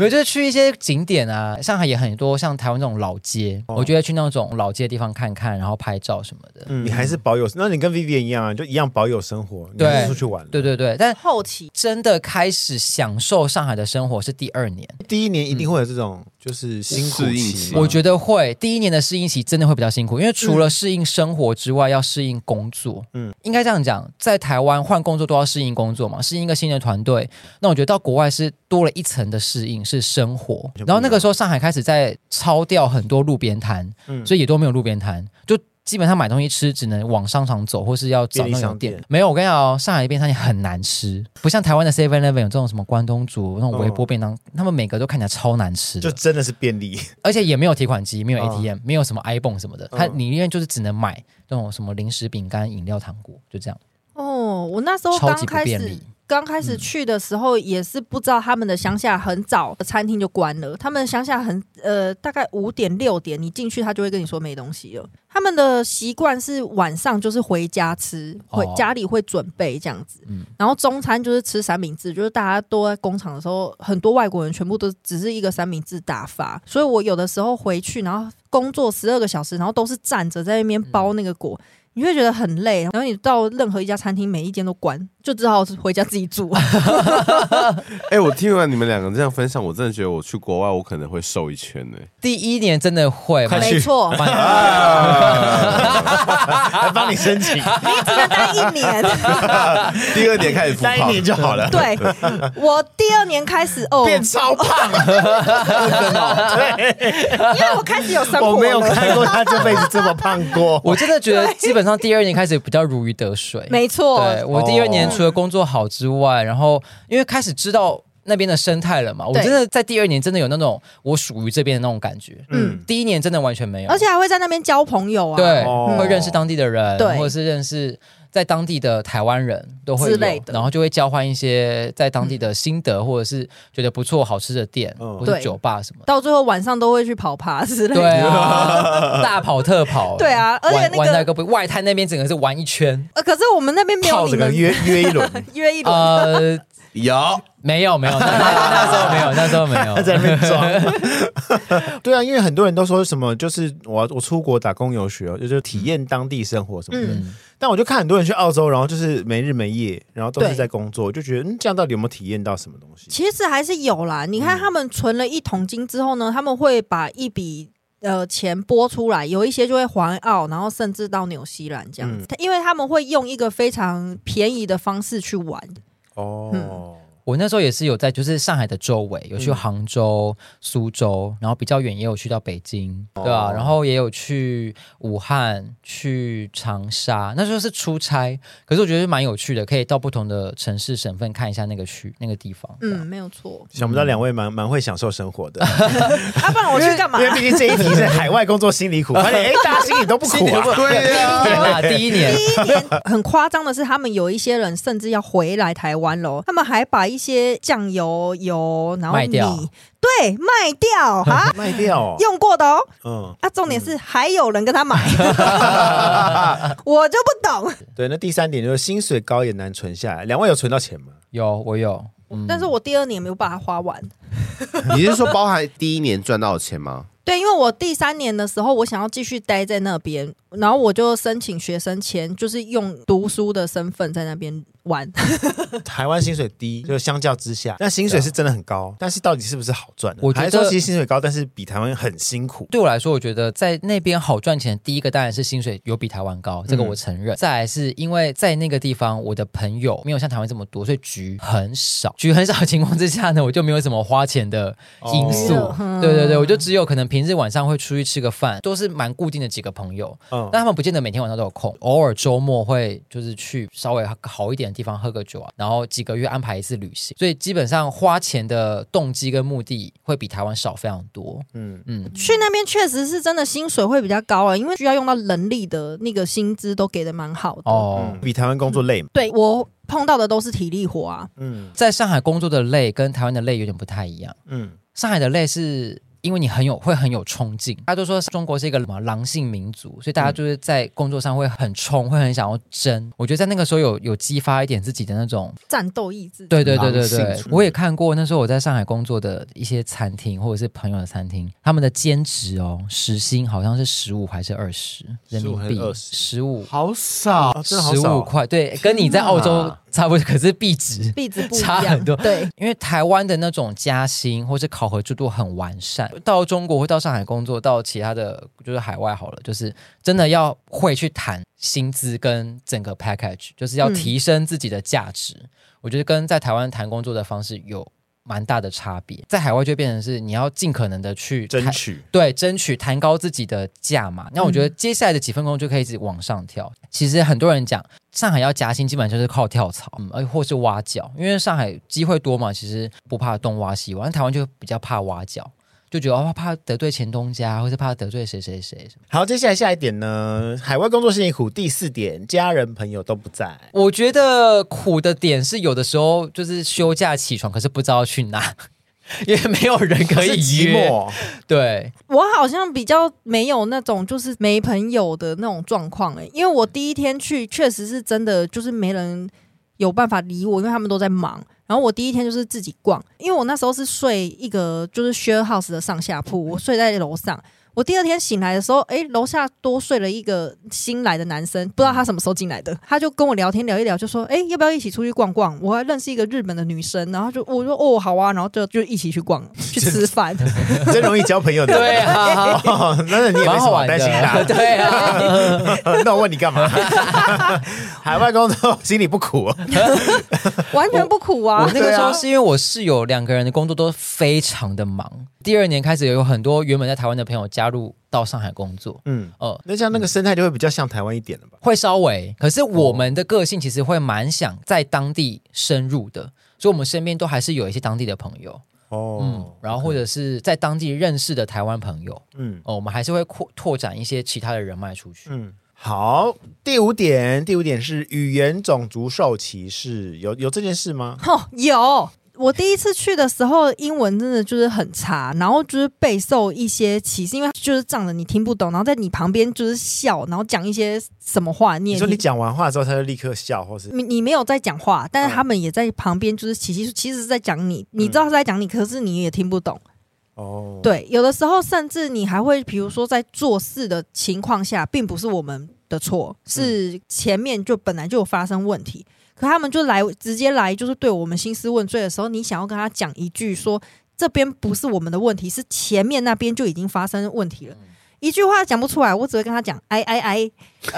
[SPEAKER 2] 没有，就是去一些景点啊，上海也很多，像台湾这种老街，
[SPEAKER 1] 哦
[SPEAKER 2] 我觉得去那种老街的地方看看，然后拍照什么的。
[SPEAKER 1] 你还是保有，那你跟 Vivian 一样啊，就一样保有生活，你
[SPEAKER 2] 对
[SPEAKER 1] 还是出去玩。
[SPEAKER 2] 对，对对，但
[SPEAKER 3] 后期
[SPEAKER 2] 真的开始享受上海的生活是第二年，
[SPEAKER 1] 第一年一定会有这种就是辛苦
[SPEAKER 4] 适应
[SPEAKER 1] 期
[SPEAKER 4] 期
[SPEAKER 1] 嘛，
[SPEAKER 2] 我觉得会第一年的适应期真的会比较辛苦，因为除了适应生活之外，要适应工作。
[SPEAKER 1] 嗯
[SPEAKER 2] 嗯，应该这样讲，在台湾换工作都要适应工作嘛，适应一个新的团队。那我觉得到国外是多了一层的适应，是生活。
[SPEAKER 1] 嗯
[SPEAKER 2] 然后那个时候上海开始在抄掉很多路边摊，
[SPEAKER 1] 嗯
[SPEAKER 2] 所以也都没有路边摊，就。基本上买东西吃只能往商场走，或是要找那
[SPEAKER 1] 便利商
[SPEAKER 2] 种店
[SPEAKER 1] 店。
[SPEAKER 2] 没有，我跟你讲哦，上海的便利商店很难吃，不像台湾的 Seven Eleven 有这种什么关东煮、那种微波便当，
[SPEAKER 1] 嗯
[SPEAKER 2] 他们每个都看起来超难吃
[SPEAKER 1] 就
[SPEAKER 2] 的。
[SPEAKER 1] 真的是便利。
[SPEAKER 2] 而且也没有提款机，没有
[SPEAKER 1] 嗯
[SPEAKER 2] ATM，、没有什么 iPhone 什么的，它
[SPEAKER 1] 嗯
[SPEAKER 2] 里面就是只能买那种什么零食、饼干、饮料、糖果，就这样，
[SPEAKER 3] 哦，我那时候
[SPEAKER 2] 超
[SPEAKER 3] 刚
[SPEAKER 2] 级不
[SPEAKER 3] 开
[SPEAKER 2] 便
[SPEAKER 3] 始
[SPEAKER 2] 利。。嗯
[SPEAKER 3] 刚开始去的时候也是不知道他们的乡下很早的餐厅就关了，他们乡下很呃大概五点六点你进去他就会跟你说没东西了。他们的习惯是晚上就是回家吃，
[SPEAKER 2] 哦
[SPEAKER 3] 回家里会准备这样子，
[SPEAKER 2] 嗯
[SPEAKER 3] 然后中餐就是吃三明治，就是大家都在工厂的时候，很多外国人全部都只是一个三明治打发，所以我有的时候回去然后工作十二个小时，然后都是站着在那
[SPEAKER 2] 嗯
[SPEAKER 3] 边包那个果，你会觉得很累，然后你到任何一家餐厅，每一间都关，就只好回家自 己煮。
[SPEAKER 4] 哎，我听完你们两个这样分享，我真的觉得我去国外我可能会瘦一圈呢。
[SPEAKER 2] 第一年真的会，
[SPEAKER 1] 快去
[SPEAKER 3] 没错，
[SPEAKER 2] 蛮
[SPEAKER 1] 啊 来帮你申请，
[SPEAKER 3] 只能待一 年。
[SPEAKER 4] 第二年开始复
[SPEAKER 1] 待一
[SPEAKER 4] 胖，
[SPEAKER 1] 年就好了。
[SPEAKER 3] 对啊我第二年开始 哦，
[SPEAKER 1] 变超胖，
[SPEAKER 3] 因为我开始有生活了，
[SPEAKER 1] 哦我没有看过他这辈子这么胖 过。
[SPEAKER 2] 我真的觉得基本上第二年开始比较如鱼得水。
[SPEAKER 3] 没错，
[SPEAKER 2] 对我第二年除了工作好之外，然后因为开始知道那边的生态了嘛，我
[SPEAKER 3] 对
[SPEAKER 2] 真的在第二年真的有那种我属于这边的那种感觉。
[SPEAKER 1] 嗯，
[SPEAKER 2] 第一年真的完全没有，
[SPEAKER 3] 而且还会在那边交朋友啊，
[SPEAKER 2] 对，
[SPEAKER 1] 哦
[SPEAKER 2] 会认识当地的人，
[SPEAKER 3] 对
[SPEAKER 2] 或者是认识在当地的台湾人都会有
[SPEAKER 3] 之类的
[SPEAKER 2] 然后就会交换一些在当地的心得，或者是觉得不错好吃的店，
[SPEAKER 1] 嗯
[SPEAKER 2] 或者
[SPEAKER 3] 对
[SPEAKER 2] 酒吧什么的。
[SPEAKER 3] 到最后晚上都会去跑趴之类
[SPEAKER 2] 对
[SPEAKER 3] 的。
[SPEAKER 2] 啊，大跑特跑，
[SPEAKER 3] 对啊而且
[SPEAKER 2] 玩
[SPEAKER 3] 那个
[SPEAKER 2] 玩到一个不外滩那边整个是玩一圈，
[SPEAKER 3] 呃，可是我们那边没有
[SPEAKER 1] 泡
[SPEAKER 3] 你
[SPEAKER 1] 整个
[SPEAKER 3] 们
[SPEAKER 1] 约约一轮，
[SPEAKER 3] 约一轮，
[SPEAKER 2] 呃，
[SPEAKER 4] 有
[SPEAKER 2] 没有没有，那那那时候没有，那时候没
[SPEAKER 1] 他
[SPEAKER 2] 有，
[SPEAKER 1] 在那边装。对啊，因为很多人都说什么，就是我我出国打工游学哦，就是体验当地生活什么的。
[SPEAKER 3] 嗯，
[SPEAKER 1] 但我就看很多人去澳洲，然后就是没日没夜，然后都是
[SPEAKER 3] 对
[SPEAKER 1] 在工作，我就觉得嗯，这样到底有没有体验到什么东西？
[SPEAKER 3] 其实还是有啦。你
[SPEAKER 1] 嗯
[SPEAKER 3] 看他们存了一桶金之后呢，他们会把一笔。呃，钱拨出来，有一些就会环澳，然后甚至到纽西兰这
[SPEAKER 1] 嗯
[SPEAKER 3] 样子，因为他们会用一个非常便宜的方式去玩，
[SPEAKER 1] 哦，
[SPEAKER 2] 我那时候也是有在，就是上海的周围有去杭州、苏州，然后比较远也有去到北京，对吧、
[SPEAKER 1] 哦。
[SPEAKER 2] 然后也有去武汉、去长沙，那时候是出差，可是我觉得蛮有趣的，可以到不同的城市、省份看一下那个区、那个地方。嗯，
[SPEAKER 3] 嗯，没有错
[SPEAKER 1] 啊想不到两位蛮蛮会享受生活的，
[SPEAKER 3] 啊，不然我去干嘛
[SPEAKER 1] 因？为毕竟这一题是海外工作心 里苦，发现哎，大家心里都不苦啊。，
[SPEAKER 4] 对 呀，
[SPEAKER 2] 对啊，第一年
[SPEAKER 3] 第一年很夸张的是，他们有一些人甚至要回来台湾喽，他们还把一些酱油、油，然后
[SPEAKER 2] 卖
[SPEAKER 3] 米，
[SPEAKER 2] 掉
[SPEAKER 3] 对，卖掉哈
[SPEAKER 1] 卖掉哦，
[SPEAKER 3] 用过的哦。
[SPEAKER 1] 嗯，
[SPEAKER 3] 啊，重点是还有人跟他买， 我就不懂。
[SPEAKER 1] 对。那第三点就是薪水高也难存下来，两位有存到 钱吗？
[SPEAKER 2] 有我有，嗯
[SPEAKER 3] 但是我第二年没有把它花完。
[SPEAKER 4] 你是说包含第一年赚到的钱吗？
[SPEAKER 3] 对，因为我第三年的时候，我想要继续待在那边，然后我就申请学生签，就是用读书的身份在那边玩。
[SPEAKER 1] 台湾薪水低，就相较之下，但薪水是真的很高，但是到底是不是好赚呢？
[SPEAKER 2] 我觉得
[SPEAKER 1] 还是说其实薪水高，但是比台湾很辛苦。
[SPEAKER 2] 对我来说，我觉得在那边好赚钱，第一个当然是薪水有比台湾高，
[SPEAKER 1] 嗯
[SPEAKER 2] 这个我承认。再来是因为在那个地方，我的朋友没有像台湾这么多，所以局很少。局很少的情况之下呢，我就没有什么花钱的
[SPEAKER 1] 哦
[SPEAKER 2] 因素。
[SPEAKER 3] 嗯
[SPEAKER 2] 对对对，我就只有可能平日晚上会出去吃个饭，都是蛮固定的几个朋友，
[SPEAKER 1] 嗯
[SPEAKER 2] 但他们不见得每天晚上都有空，偶尔周末会就是去稍微好一点的地方喝个酒啊，然后几个月安排一次旅行，所以基本上花钱的动机跟目的会比台湾少非常多。
[SPEAKER 1] 嗯，
[SPEAKER 2] 嗯，
[SPEAKER 3] 去那边确实是真的薪水会比较高啊，因为需要用到人力的那个薪资都给的蛮好的。
[SPEAKER 2] 哦。
[SPEAKER 1] 嗯比台湾工作累嘛？
[SPEAKER 3] 对我碰到的都是体力活啊，
[SPEAKER 1] 嗯
[SPEAKER 2] 在上海工作的累跟台湾的累有点不太一样。
[SPEAKER 1] 嗯，
[SPEAKER 2] 上海的累是因为你很有会很有冲劲，大家都说中国是一个什么狼性民族，所以大家就是在工作上会很冲，会很想要争。我觉得在那个时候有有激发一点自己的那种，
[SPEAKER 3] 战斗意志。
[SPEAKER 2] 对对对对
[SPEAKER 4] 狼
[SPEAKER 2] 对
[SPEAKER 4] 性，
[SPEAKER 2] 我也看过那时候我在上海工作的一些餐厅或者是朋友的餐厅，他们的兼职哦，时薪好像是十五还是二十人民币
[SPEAKER 1] 15还，
[SPEAKER 2] 十五
[SPEAKER 4] 好少，
[SPEAKER 1] 哦，真的好
[SPEAKER 2] 啊十
[SPEAKER 1] 少
[SPEAKER 2] 五
[SPEAKER 1] 哦，
[SPEAKER 2] 块，对，跟你在澳洲差不多，可是币值。
[SPEAKER 3] 币值不一
[SPEAKER 2] 差
[SPEAKER 3] 样
[SPEAKER 2] 很，多
[SPEAKER 3] 对，
[SPEAKER 2] 因为台湾的那种加薪或是考核制度很完善，到中国或到上海工作，到其他的就是海外好了，就是真的要会去谈薪资跟整个 package，就是要
[SPEAKER 3] 嗯
[SPEAKER 2] 提升自己的价值。我觉得跟在台湾谈工作的方式有蛮大的差别，在海外就变成是你要尽可能的去
[SPEAKER 1] 争
[SPEAKER 2] 谈
[SPEAKER 1] 取
[SPEAKER 2] 对，争取弹高自己的价嘛。那我
[SPEAKER 1] 嗯
[SPEAKER 2] 觉得接下来的几份工就可以一直往上跳。其实很多人讲上海要加薪，基本上就是靠跳槽，嗯，而或是挖角，因为上海机会多嘛，其实不怕东挖西挖，但台湾就比较怕挖角。就觉得哦，怕得罪前东家，或是怕得罪谁谁谁什么。
[SPEAKER 1] 好，接下来下一点呢？海外工作辛苦。第四点，家人朋友都不在。
[SPEAKER 2] 我觉得苦的点是，有的时候就是休假起床，可是不知道去哪， 因为没有人可以
[SPEAKER 1] 是寂
[SPEAKER 2] 约。
[SPEAKER 1] 寞，
[SPEAKER 2] 对，
[SPEAKER 3] 我好像比较没有那种就是没朋友的那种状况哎，因为我第一天去确实是真的就是没人有办法理我，因为他们都在忙。然后我第一天就是自己逛，因为我那时候是睡一个就是 share house 的上下铺，我睡在楼
[SPEAKER 2] 嗯
[SPEAKER 3] 上。我第二天醒来的时候，哎，楼下多睡了一个新来的男生，不知道他什么时候进来的，他就跟我聊天聊一聊，就说，哎，要不要一起出去逛逛？我还认识一个日本的女生，然后就我说，哦，好啊，然后就就一起去逛，去吃饭。
[SPEAKER 1] 真容易交朋友的。
[SPEAKER 2] 对啊，
[SPEAKER 1] 哦，那你也没什
[SPEAKER 2] 蛮好
[SPEAKER 1] 么好
[SPEAKER 2] 玩
[SPEAKER 1] 担心的
[SPEAKER 2] 的，
[SPEAKER 1] 啊。
[SPEAKER 2] 对啊。
[SPEAKER 1] 那我问你干嘛？ 海外工作心里不苦哦，
[SPEAKER 3] 完全不苦啊！
[SPEAKER 2] 我那个时候是因为我室友两个人的工作都非常的忙，第二年开始有很多原本在台湾的朋友加入到上海工作，
[SPEAKER 1] 嗯，
[SPEAKER 2] 呃，
[SPEAKER 1] 那像那个生态就会比较像台湾一点了吧？
[SPEAKER 2] 会稍微，可是我们的个性其实会蛮想在当地深入的，所以我们身边都还是有一些当地的朋友，嗯
[SPEAKER 1] 哦，，
[SPEAKER 2] 然后或者是在当地认识的台湾朋友，
[SPEAKER 1] 嗯
[SPEAKER 2] 哦，我们还是会扩拓展一些其他的人脉出去。
[SPEAKER 1] 嗯。好，第五点，第五点是语言种族受歧视，有有这件事吗？
[SPEAKER 3] 哦，有。我第一次去的时候，英文真的就是很差，然后就是备受一些歧视，因为就是仗着你听不懂，然后在你旁边就是笑，然后讲一些什么话，你
[SPEAKER 1] 你
[SPEAKER 3] 也
[SPEAKER 1] 说你
[SPEAKER 3] 听
[SPEAKER 1] 讲完话之后，他就立刻笑，或是
[SPEAKER 3] 你你没有在讲话，但
[SPEAKER 1] 嗯
[SPEAKER 3] 是他们也在旁边就是歧视，其实是在讲你，
[SPEAKER 1] 嗯
[SPEAKER 3] 你知道是在讲你，可是你也听不懂。
[SPEAKER 1] 哦，，
[SPEAKER 3] 对，有的时候甚至你还会，比如说在做事的情况下，并不是我们的错，是前面就本来就有发生问题，可他们就来直接来，就是对我们兴师问罪的时候，你想要跟他讲一句说这边不是我们的问题，是前面那边就已经发生问题了。一句话讲不出来，我只会跟他讲哎哎哎，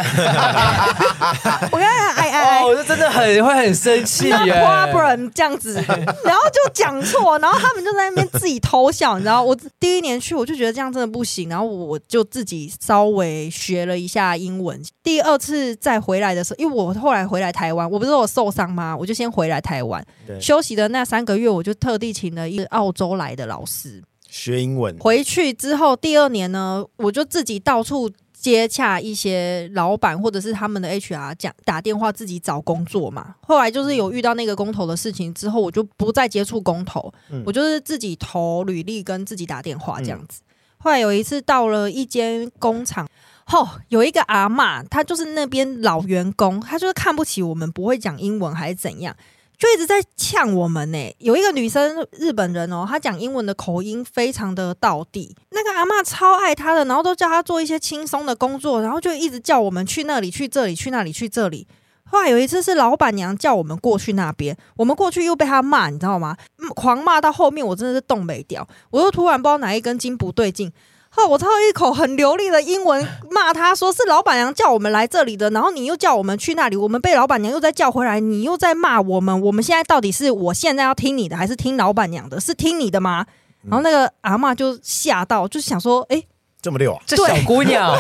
[SPEAKER 3] 我跟他讲哎哎哎，
[SPEAKER 2] 哦，这真的很会很生气
[SPEAKER 3] no
[SPEAKER 2] 耶。
[SPEAKER 3] problem 这样子，然后就讲错，然后他们就在那边自己偷笑，你知道，我第一年去我就觉得这样真的不行，然后我就自己稍微学了一下英文。第二次再回来的时候，因为我后来回来台湾，我不是我受伤吗？我就先回来台湾
[SPEAKER 1] 对
[SPEAKER 3] 休息的那三个月，我就特地请了一个澳洲来的老师，
[SPEAKER 1] 学英文，
[SPEAKER 3] 回去之后，第二年呢，我就自己到处接洽一些老板或者是他们的 HR 讲打电话自己找工作嘛。后来就是有遇到那个公投的事情之后，我就不再接触公投，
[SPEAKER 1] 嗯
[SPEAKER 3] 我就是自己投履历跟自己打电话这样子。后来有一次到了一间工厂。吼，有一个阿嬷，她就是那边老员工，她就是看不起我们不会讲英文还是怎样，就一直在呛我们呢、有一个女生，日本人哦，她讲英文的口音非常的道地，那个阿嬷超爱她的，然后都叫她做一些轻松的工作，然后就一直叫我们去那里、去这里、去那里、去这里。后来有一次是老板娘叫我们过去那边，我们过去又被她骂，你知道吗？嗯狂骂到后面我真的是动没掉，我又突然不知道哪一根筋不对劲。后来我操一口很流利的英文骂她说是老板娘叫我们来这里的，然后你又叫我们去那里，我们被老板娘又再叫回来，你又在骂我们。我们现在到底是我现在要听你的，还是听老板娘的？是听你的吗？
[SPEAKER 2] 嗯
[SPEAKER 3] 然后那个阿嬷就吓到，就想说，哎、
[SPEAKER 1] 这么溜啊？
[SPEAKER 2] 这小姑娘，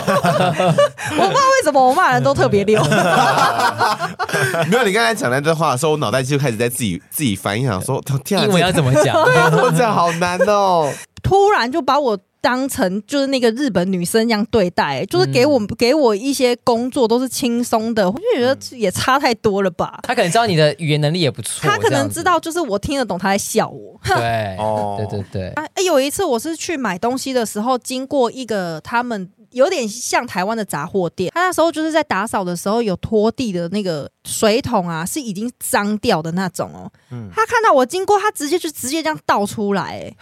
[SPEAKER 3] 为什么我骂人都特别溜？
[SPEAKER 4] 没有，你刚才讲那段话的时候，我脑袋就开始在自己
[SPEAKER 1] 呃
[SPEAKER 4] 自己翻译，想说，天啊，
[SPEAKER 2] 英文要怎么讲？
[SPEAKER 4] 这我讲好难哦。
[SPEAKER 3] 突然就把我当成就是那个日本女生一样对待、就是给
[SPEAKER 2] 嗯
[SPEAKER 3] 我、给我一些工作都是轻松的，我就觉得也差太多了吧。
[SPEAKER 2] 他可能知道你的语言能力也不嗯错，
[SPEAKER 3] 他可
[SPEAKER 2] 这样
[SPEAKER 3] 能
[SPEAKER 2] 子
[SPEAKER 3] 知，道，就是我听得懂他在笑我。
[SPEAKER 2] 对，
[SPEAKER 1] 哦
[SPEAKER 2] 对对对，
[SPEAKER 3] 啊、欸有一次我是去买东西的时候，经过一个他们有点像台湾的杂货店，他那时候就是在打扫的时候有拖地的那个水桶啊，是已经脏掉的那种哦。
[SPEAKER 1] 嗯
[SPEAKER 3] 他看到我经过，他直接就直接这样倒出来、欸，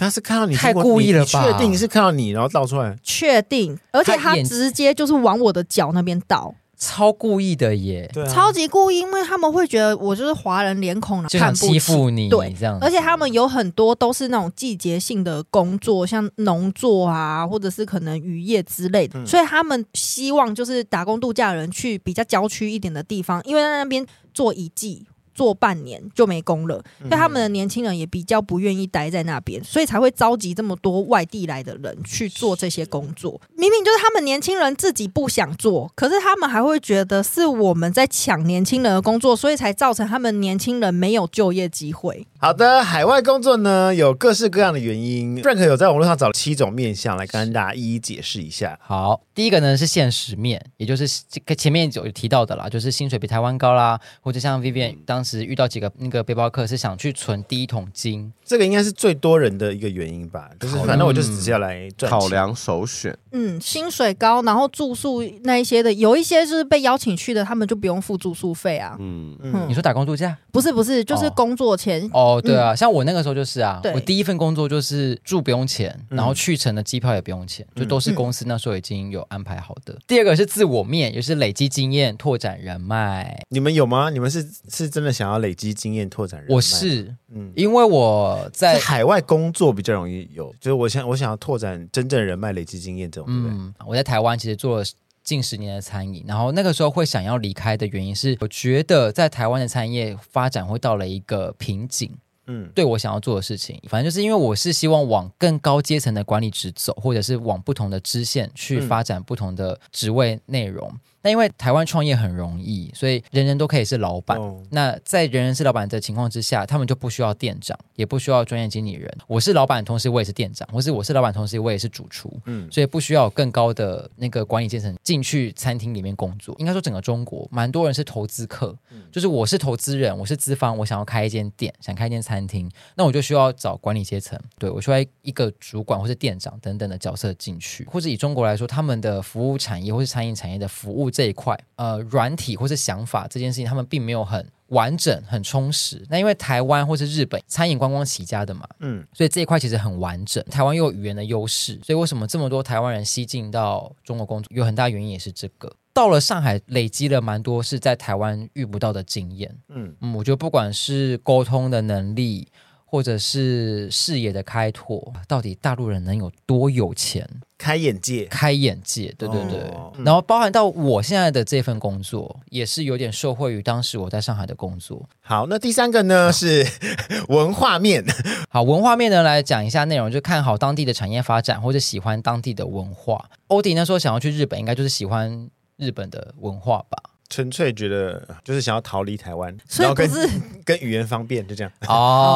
[SPEAKER 1] 他是看到你
[SPEAKER 2] 太
[SPEAKER 1] 经过
[SPEAKER 2] 故意
[SPEAKER 1] 你
[SPEAKER 2] 了
[SPEAKER 1] 你
[SPEAKER 2] 吧
[SPEAKER 1] 确定是看到你，然后倒出来？
[SPEAKER 3] 确定，而且
[SPEAKER 2] 他
[SPEAKER 3] 他
[SPEAKER 2] 眼
[SPEAKER 3] 直接就是往我的脚那边倒，
[SPEAKER 2] 超故意的耶，
[SPEAKER 1] 对啊，
[SPEAKER 3] 超级故意，因为他们会觉得我就是华人脸孔
[SPEAKER 2] 就
[SPEAKER 3] 看
[SPEAKER 2] 想
[SPEAKER 3] 不
[SPEAKER 2] 欺
[SPEAKER 3] 起
[SPEAKER 2] 负你，
[SPEAKER 3] 对
[SPEAKER 2] 这样子，
[SPEAKER 3] 而且他们有很多都是那种季节性的工作，像农作啊，或者是可能渔业之类的，
[SPEAKER 1] 嗯
[SPEAKER 3] 所以他们希望就是打工度假人去比较郊区一点的地方，因为在那边做一季。做半年就没工了，
[SPEAKER 2] 嗯
[SPEAKER 3] 所以他们的年轻人也比较不愿意待在那边，所以才会召集这么多外地来的人去做这些工作。明明就是他们年轻人自己不想做，可是他们还会觉得是我们在抢年轻人的工作，所以才造成他们年轻人没有就业机会。
[SPEAKER 1] 好的，海外工作呢有各式各样的原因。Frank 有在网络上找七种面相来跟大家一一解释一下。
[SPEAKER 2] 好，第一个呢是现实面，也就是这个前面有提到的啦，就是薪水比台湾高啦，或者
[SPEAKER 3] 嗯
[SPEAKER 2] 像 Vivian 当时遇到几个那个背包客是想去存第一桶金，
[SPEAKER 1] 这个应该是最多人的一个原因吧，就是
[SPEAKER 4] 考量
[SPEAKER 1] 反正我就只是要来赚钱
[SPEAKER 4] 考量首选，
[SPEAKER 3] 嗯，薪水高，然后住宿那一些的，有一些就是被邀请去的，他们就不用付住宿费啊。
[SPEAKER 4] 嗯，
[SPEAKER 3] 嗯
[SPEAKER 2] 你，说打工度假？
[SPEAKER 3] 不是不是，就是
[SPEAKER 2] 哦
[SPEAKER 3] 工作前，
[SPEAKER 2] 哦，对啊，像我那个时候就是啊，
[SPEAKER 3] 嗯对
[SPEAKER 2] 我第一份工作就是住不用钱，
[SPEAKER 1] 嗯
[SPEAKER 2] 然后去程的机票也不用钱，就都是
[SPEAKER 3] 嗯
[SPEAKER 2] 公司那时候已经有安排好的。第二个是自我面，也是累积经验、拓展人脉。
[SPEAKER 1] 你们有吗？你们是是真的想要累积经验、拓展人脉？
[SPEAKER 2] 我是
[SPEAKER 1] 嗯，
[SPEAKER 2] 因为我
[SPEAKER 1] 在
[SPEAKER 2] 在
[SPEAKER 1] 海外工作比较容易有，就是我想我想要拓展真正人脉、累积经验这种，对不对？
[SPEAKER 2] 嗯，我在台湾其实做了。近十年的餐饮，然后那个时候会想要离开的原因是，我觉得在台湾的餐饮业发展会到了一个瓶颈，
[SPEAKER 1] 嗯，
[SPEAKER 2] 对我想要做的事情，反正就是因为我是希望往更高阶层的管理职走，或者是往不同的支线去
[SPEAKER 1] 嗯
[SPEAKER 2] 发展不同的职位内容。那、因为台湾创业很容易，所以人人都可以是老板。
[SPEAKER 1] 哦
[SPEAKER 2] 那在人人是老板的情况之下，他们就不需要店长，也不需要专业经理人。我是老板，同时我也是店长，或是我是老板，同时我也是主厨。
[SPEAKER 1] 嗯，
[SPEAKER 2] 所以不需要有更高的那个管理阶层进去餐厅里面工作。应该说，整个中国蛮多人是投资客，就是我是投资人，我是资方，我想要开一间店，想开一间餐厅，那我就需要找管理阶层，对我需要一个主管或是店长等等的角色进去。或者以中国来说，他们的服务产业或是餐饮产业的服务这一块，呃，软体或是想法这件事情，他们并没有很。完整很充实，那因为台湾或是日本餐饮观光起家的嘛，所以这一块其实很完整。台湾又有语言的优势，所以为什么这么多台湾人西进到中国工作，有很大原因也是这个。到了上海，累积了蛮多是在台湾遇不到的经验。
[SPEAKER 1] 嗯
[SPEAKER 2] 嗯嗯，我觉得不管是沟通的能力，或者是视野的开拓，到底大陆人能有多有钱，
[SPEAKER 1] 开眼界，
[SPEAKER 2] 开眼界。对对对。
[SPEAKER 1] 哦
[SPEAKER 2] 然后包含到我现在的这份工作，也是有点受惠于当时我在上海的工作。
[SPEAKER 1] 好，那第三个呢是 文化面，
[SPEAKER 2] 好，文化面呢来讲一下内容，就看好当地的产业发展，或者喜欢当地的文化。欧迪那时候想要去日本，应该就是喜欢日本的文化吧？
[SPEAKER 1] 纯粹觉得就是想要逃离台湾，
[SPEAKER 3] 所
[SPEAKER 1] 然
[SPEAKER 3] 以
[SPEAKER 1] 后
[SPEAKER 3] 不
[SPEAKER 1] 跟
[SPEAKER 3] 是
[SPEAKER 1] 跟语言方便，就这样。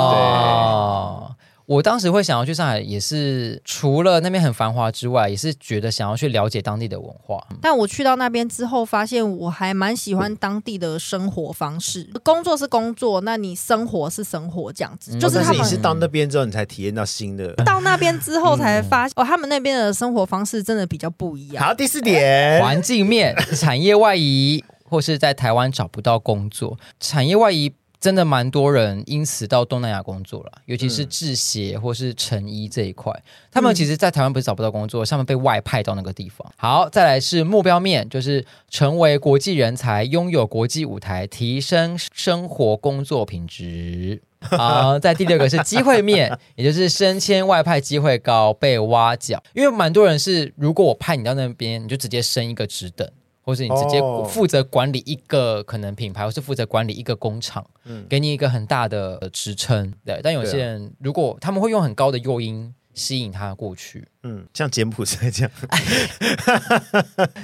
[SPEAKER 2] 哦。我当时会想要去上海，也是除了那边很繁华之外，也是觉得想要去了解当地的文化。
[SPEAKER 3] 但我去到那边之后，发现我还蛮喜欢当地的生活方式。工作是工作，那你生活是生活，这样子、
[SPEAKER 2] 嗯
[SPEAKER 3] 就是
[SPEAKER 1] 但
[SPEAKER 3] 他
[SPEAKER 1] 是你
[SPEAKER 3] 们嗯
[SPEAKER 1] 是到哦那边之后，你才体验到新的。
[SPEAKER 3] 到那边之后才发现，哦，他们那边的生活方式真的比较不一样。
[SPEAKER 1] 好，第四点，
[SPEAKER 2] 环境面、产业外移，或是在台湾找不到工作，产业外移真的蛮多人因此到东南亚工作了，尤其是制鞋或是成衣这一块，他们其实，在台湾不是找不到工作，他们被外派到那个地方。好，再来是目标面，就是成为国际人才，拥有国际舞台，提升生活工作品质。 好，在第六个是机 会面，也就是升迁外派机会高，被挖角。因为蛮多人是，如果我派你到那边，你就直接升一个职等，或是你直接
[SPEAKER 1] 哦
[SPEAKER 2] 负责管理一个可能品牌，或是负责管理一个工厂，
[SPEAKER 1] 嗯
[SPEAKER 2] 给你一个很大的呃职称。对，但有些
[SPEAKER 1] 对啊
[SPEAKER 2] 人如果他们会用很高的诱因吸引他过去。
[SPEAKER 1] 嗯，像柬埔寨这样。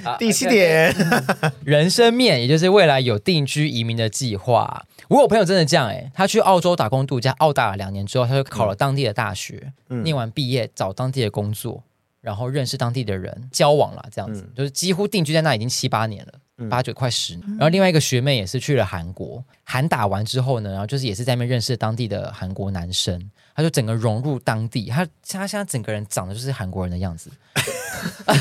[SPEAKER 2] 啊
[SPEAKER 1] 第七点，
[SPEAKER 2] 人生面，也就是未来有定居移民的计划。我有朋友真的这样哎、他去澳洲打工度假，澳大了两年之后，他就考了当地的大学，
[SPEAKER 1] 嗯
[SPEAKER 2] 念完毕业找当地的工作，然后认识当地的人，交往啦，这样子、就是几乎定居在那已经七八年了。八九快十年，然后另外一个学妹也是去了韩国，韩打完之后呢，然后就是也是在那边认识当地的韩国男生，他就整个融入当地，他他现在整个人长得就是韩国人的样子，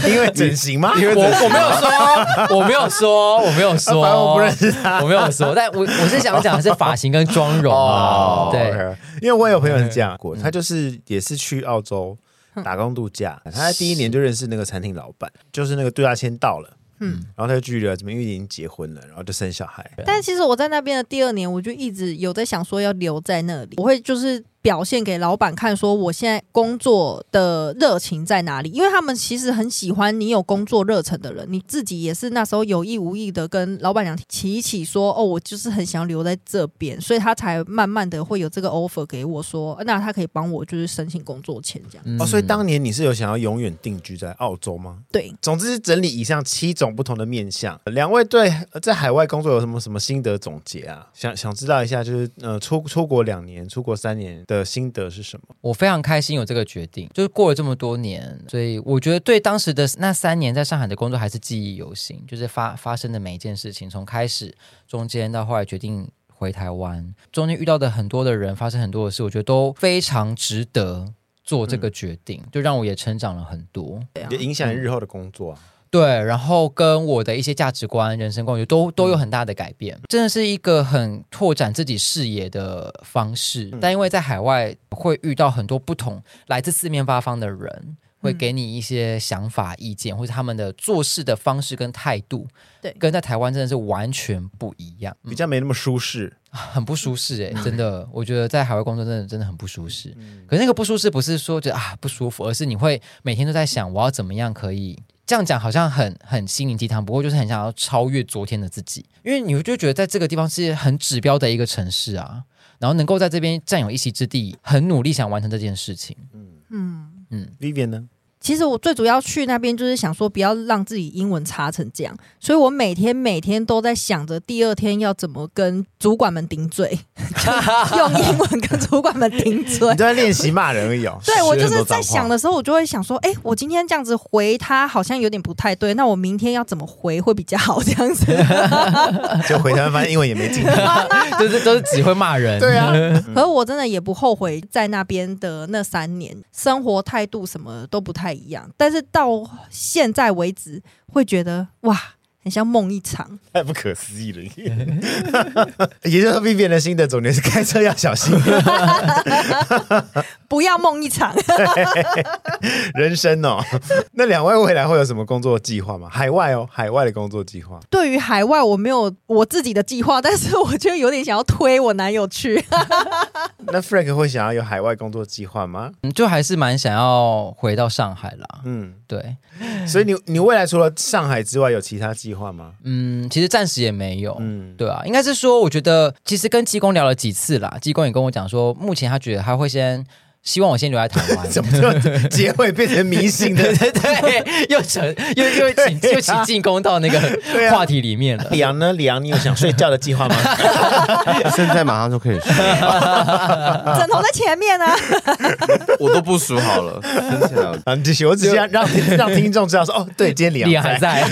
[SPEAKER 1] 因为整形吗？因
[SPEAKER 2] 我我没有说，我没有 说，我没有说，
[SPEAKER 1] 反正我不认
[SPEAKER 2] 识他，我没有说，但我我是想讲的是发型跟妆容啊，对，
[SPEAKER 1] 哦
[SPEAKER 2] 嗯
[SPEAKER 1] OK 因为我有朋友是这样过，他就是也是去澳洲打工度 假，他在第一年就认识那个餐厅老板，就是那个度假签到了，嗯，然后他就拒绝了，怎么因为已经结婚了，然后就生小孩，
[SPEAKER 3] 但其实我在那边的第二年，我就一直有在想说要留在那里，我会就是表现给老板看，说我现在工作的热情在哪里，因为他们其实很喜欢你有工作热忱的人，你自己也是那时候有意无意的跟老板娘提一起说，哦，我就是很想留在这边，所以他才慢慢的会有这个 offer 给我说，呃那他可以帮我就是申请工作签这样，
[SPEAKER 2] 嗯
[SPEAKER 1] 哦，所以当年你是有想要永远定居在澳洲吗？
[SPEAKER 3] 对。
[SPEAKER 1] 总之是整理以上七种不同的面向，两位对呃在海外工作有什么什么心得总结啊？想想知道一下，就是呃出出国两年、出国三年的心得是什么？
[SPEAKER 2] 我非常开心有这个决定，就是过了这么多年，所以我觉得对当时的那三年在上海的工作还是记忆犹新，就是发发生的每一件事情，从开始、中间到后来决定回台湾，中间遇到的很多的人，发生很多的事，我觉得都非常值得做这个决定，就让我也成长了很多。
[SPEAKER 3] 对啊
[SPEAKER 1] 也影响日后的工作啊。
[SPEAKER 2] 对，然后跟我的一些价值观、人生观，我觉得都都有很大的改变，真的是一个很拓展自己视野的方式。但因为在海外会遇到很多不同、来自四面八方的人，会给你一些想法、意见，或者他们的做事的方式跟态度，
[SPEAKER 3] 对
[SPEAKER 2] 跟在台湾真的是完全不一样，
[SPEAKER 1] 比较没那么舒适，
[SPEAKER 2] 很不舒适哎、真的，我觉得在海外工作真的真的很不舒适。
[SPEAKER 1] 嗯
[SPEAKER 2] 可是那个不舒适不是说觉得啊不舒服，而是你会每天都在想我要怎么样可以。这样讲好像很很心灵鸡汤，不过就是很想要超越昨天的自己，因为你就觉得在这个地方是很指标的一个城市啊，然后能够在这边占有一席之地，很努力想完成这件 事情。
[SPEAKER 3] 嗯，
[SPEAKER 2] 嗯，
[SPEAKER 1] Vivian 呢？
[SPEAKER 3] 其实我最主要去那边就是想说，不要让自己英文差成这样，所以我每天每天都在想着第二天要怎么跟主管们顶嘴，就 用英文跟主管们顶嘴。
[SPEAKER 1] 你。都在练习骂人而已哦
[SPEAKER 3] 对，我就是在
[SPEAKER 4] 学很多脏
[SPEAKER 3] 想
[SPEAKER 4] 话
[SPEAKER 3] 的时候，我就会想说，哎、我今天这样子回他好像有点不太对，那我明天要怎么回会比较好？ 这 样子，
[SPEAKER 1] 就回台湾发现英文也没进 步。
[SPEAKER 2] 就是都是只会骂人。
[SPEAKER 1] 对啊，
[SPEAKER 3] 可是我真的也不后悔在那边的那三年，生活态度什么都不太一样。但是到现在为止，会觉得哇，很像梦一场。
[SPEAKER 1] 太不可思议了。也就是说，Vivian 的心得总结是开车要小心，
[SPEAKER 3] 不要梦一场。
[SPEAKER 1] 人生哦。 那两位未来会有什么工作计划吗？海外哦，海外的工作计划。
[SPEAKER 3] 对于海外，我没有我自己的计划，但是我就有点想要推我男友去。
[SPEAKER 1] 那 Frank 会想要有海外工作计划吗？
[SPEAKER 2] 嗯，就还是蛮想要回到上海啦。
[SPEAKER 1] 嗯，
[SPEAKER 2] 对，
[SPEAKER 1] 所以你你未来除了上海之外，有其他计划吗？
[SPEAKER 2] 嗯，其实暂时也没有。
[SPEAKER 1] 嗯，
[SPEAKER 2] 对啊，应该是说，我觉得其实跟济公聊了几次啦，济公也跟我讲说，目前他觉得他会先希望我先留在台 湾。
[SPEAKER 1] 怎么就结尾变成迷信的
[SPEAKER 2] 对 对对，又扯又又请又请进攻到那个
[SPEAKER 1] 啊
[SPEAKER 2] 话题里面 了。
[SPEAKER 1] 李昂呢？李昂，你有想睡觉的计 划吗？
[SPEAKER 4] 现在马上就可以睡，
[SPEAKER 3] 枕头在前面呢、啊，
[SPEAKER 4] 我都部署 好了，真的。
[SPEAKER 1] 啊，你继续，我只是要让让听众知道说，哦，对，今天李昂
[SPEAKER 2] 李昂还在，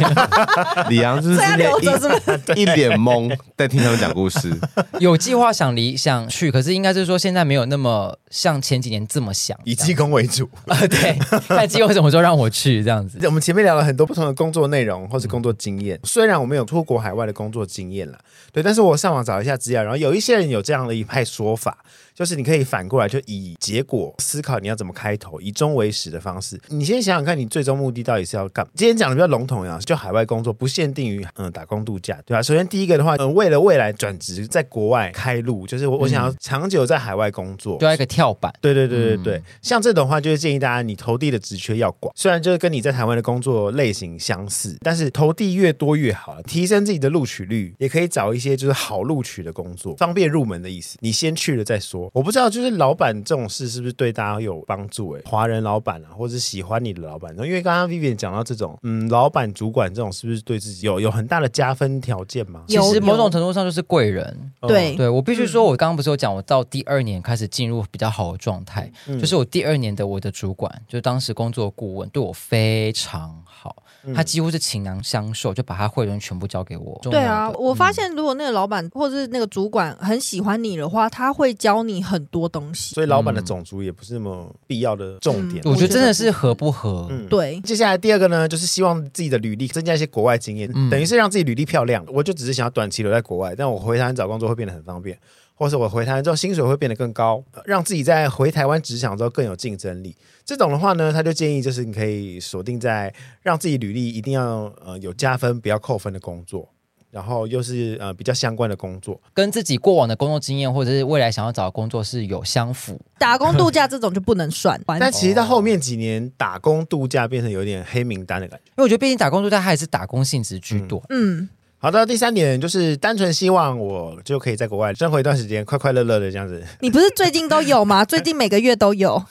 [SPEAKER 4] 李阳就是
[SPEAKER 3] 这要
[SPEAKER 4] 今天
[SPEAKER 3] 留着是不是？
[SPEAKER 4] 一一脸懵，在听他们讲故事。
[SPEAKER 2] 有计划想离想去，可是应该是说现在没有那么像前几年这么想。
[SPEAKER 1] 以济公为主。
[SPEAKER 2] 啊、 对，但济公什么时候让我去这样子？嗯
[SPEAKER 1] 我们前面聊了很多不同的工作内容或是工作经验，虽然我没有出国海外的工作经验啦，对，但是我上网找一下资料，然后有一些人有这样的一派说法，就是你可以反过来，就以结果思考你要怎么开头，以终为始的方式。你先想想看，你最终目的到底是要干嘛？今天讲的比较笼统呀，就海外工作不限定于嗯打工度假，对吧、首先第一个的话，嗯，为了
[SPEAKER 2] 嗯
[SPEAKER 1] 未来转职在国外开路，就是我我想要长久在海外工作。
[SPEAKER 2] 就要一个跳板。
[SPEAKER 1] 对对对对对对，像这种话就是建议大家，你投递的职缺要广，虽然就是跟你在台湾的工作类型相似，但是投递越多越好，啊提升自己的录取率，也可以找一些就是好录取的工作，方便入门的意思。你先去了再说。我不知道就是老板这种事是不是对大家有帮助、欸？诶，华人老板啊，或者是喜欢你的老板，因为刚刚 Vivian 讲到这种，嗯，老板主管这种是不是对自己有有很大的加分条件吗？
[SPEAKER 2] 其
[SPEAKER 3] 有
[SPEAKER 2] 实某
[SPEAKER 3] 有
[SPEAKER 2] 种程度上就是贵人，
[SPEAKER 3] 对
[SPEAKER 2] 对我必须说，我刚刚不是有讲，我到第二年开始进入比较好的状态，
[SPEAKER 1] 嗯
[SPEAKER 2] 就是我第二年的我的主管，就是当时工作顾问，对我非常好，
[SPEAKER 1] 嗯
[SPEAKER 2] 他几乎是倾囊相授，就把他会员全部交给我。
[SPEAKER 3] 对啊，
[SPEAKER 2] 中了
[SPEAKER 3] 我发现如果那个老板或者是那个主管很喜欢你的话，他会教你很多东西。
[SPEAKER 1] 所以老板的种族也不是那么必要的重点。
[SPEAKER 3] 嗯
[SPEAKER 2] 我觉得真的是合不合，
[SPEAKER 1] 嗯
[SPEAKER 3] 对，
[SPEAKER 1] 接下来第二个呢，就是希望自己的履历增加一些国外经验，
[SPEAKER 2] 嗯
[SPEAKER 1] 等于是让自己履历漂亮。我就只是想要短期留在国外，但我回台湾找工作会变得很方便，或是我回台湾之后薪水会变得更高，呃让自己在回台湾职场之后更有竞争力。这种的话呢，他就建议就是你可以锁定在让自己履历一定要呃有加分，不要扣分的工作。然后又是呃比较相关的工作，
[SPEAKER 2] 跟自己过往的工作经验或者是未来想要找的工作是有相符。
[SPEAKER 3] 打工度假这种就不能 算。
[SPEAKER 1] 但其实到后面几年打工度假变成有点黑名单的感觉。
[SPEAKER 2] 因为我觉得，毕竟打工度假它也是打工性质居多。
[SPEAKER 3] 嗯，
[SPEAKER 1] 好的，第三点就是单纯希望我就可以在国外生活一段时间，快快乐乐的这样子。
[SPEAKER 3] 你不是最近都有吗？最近每个月都有。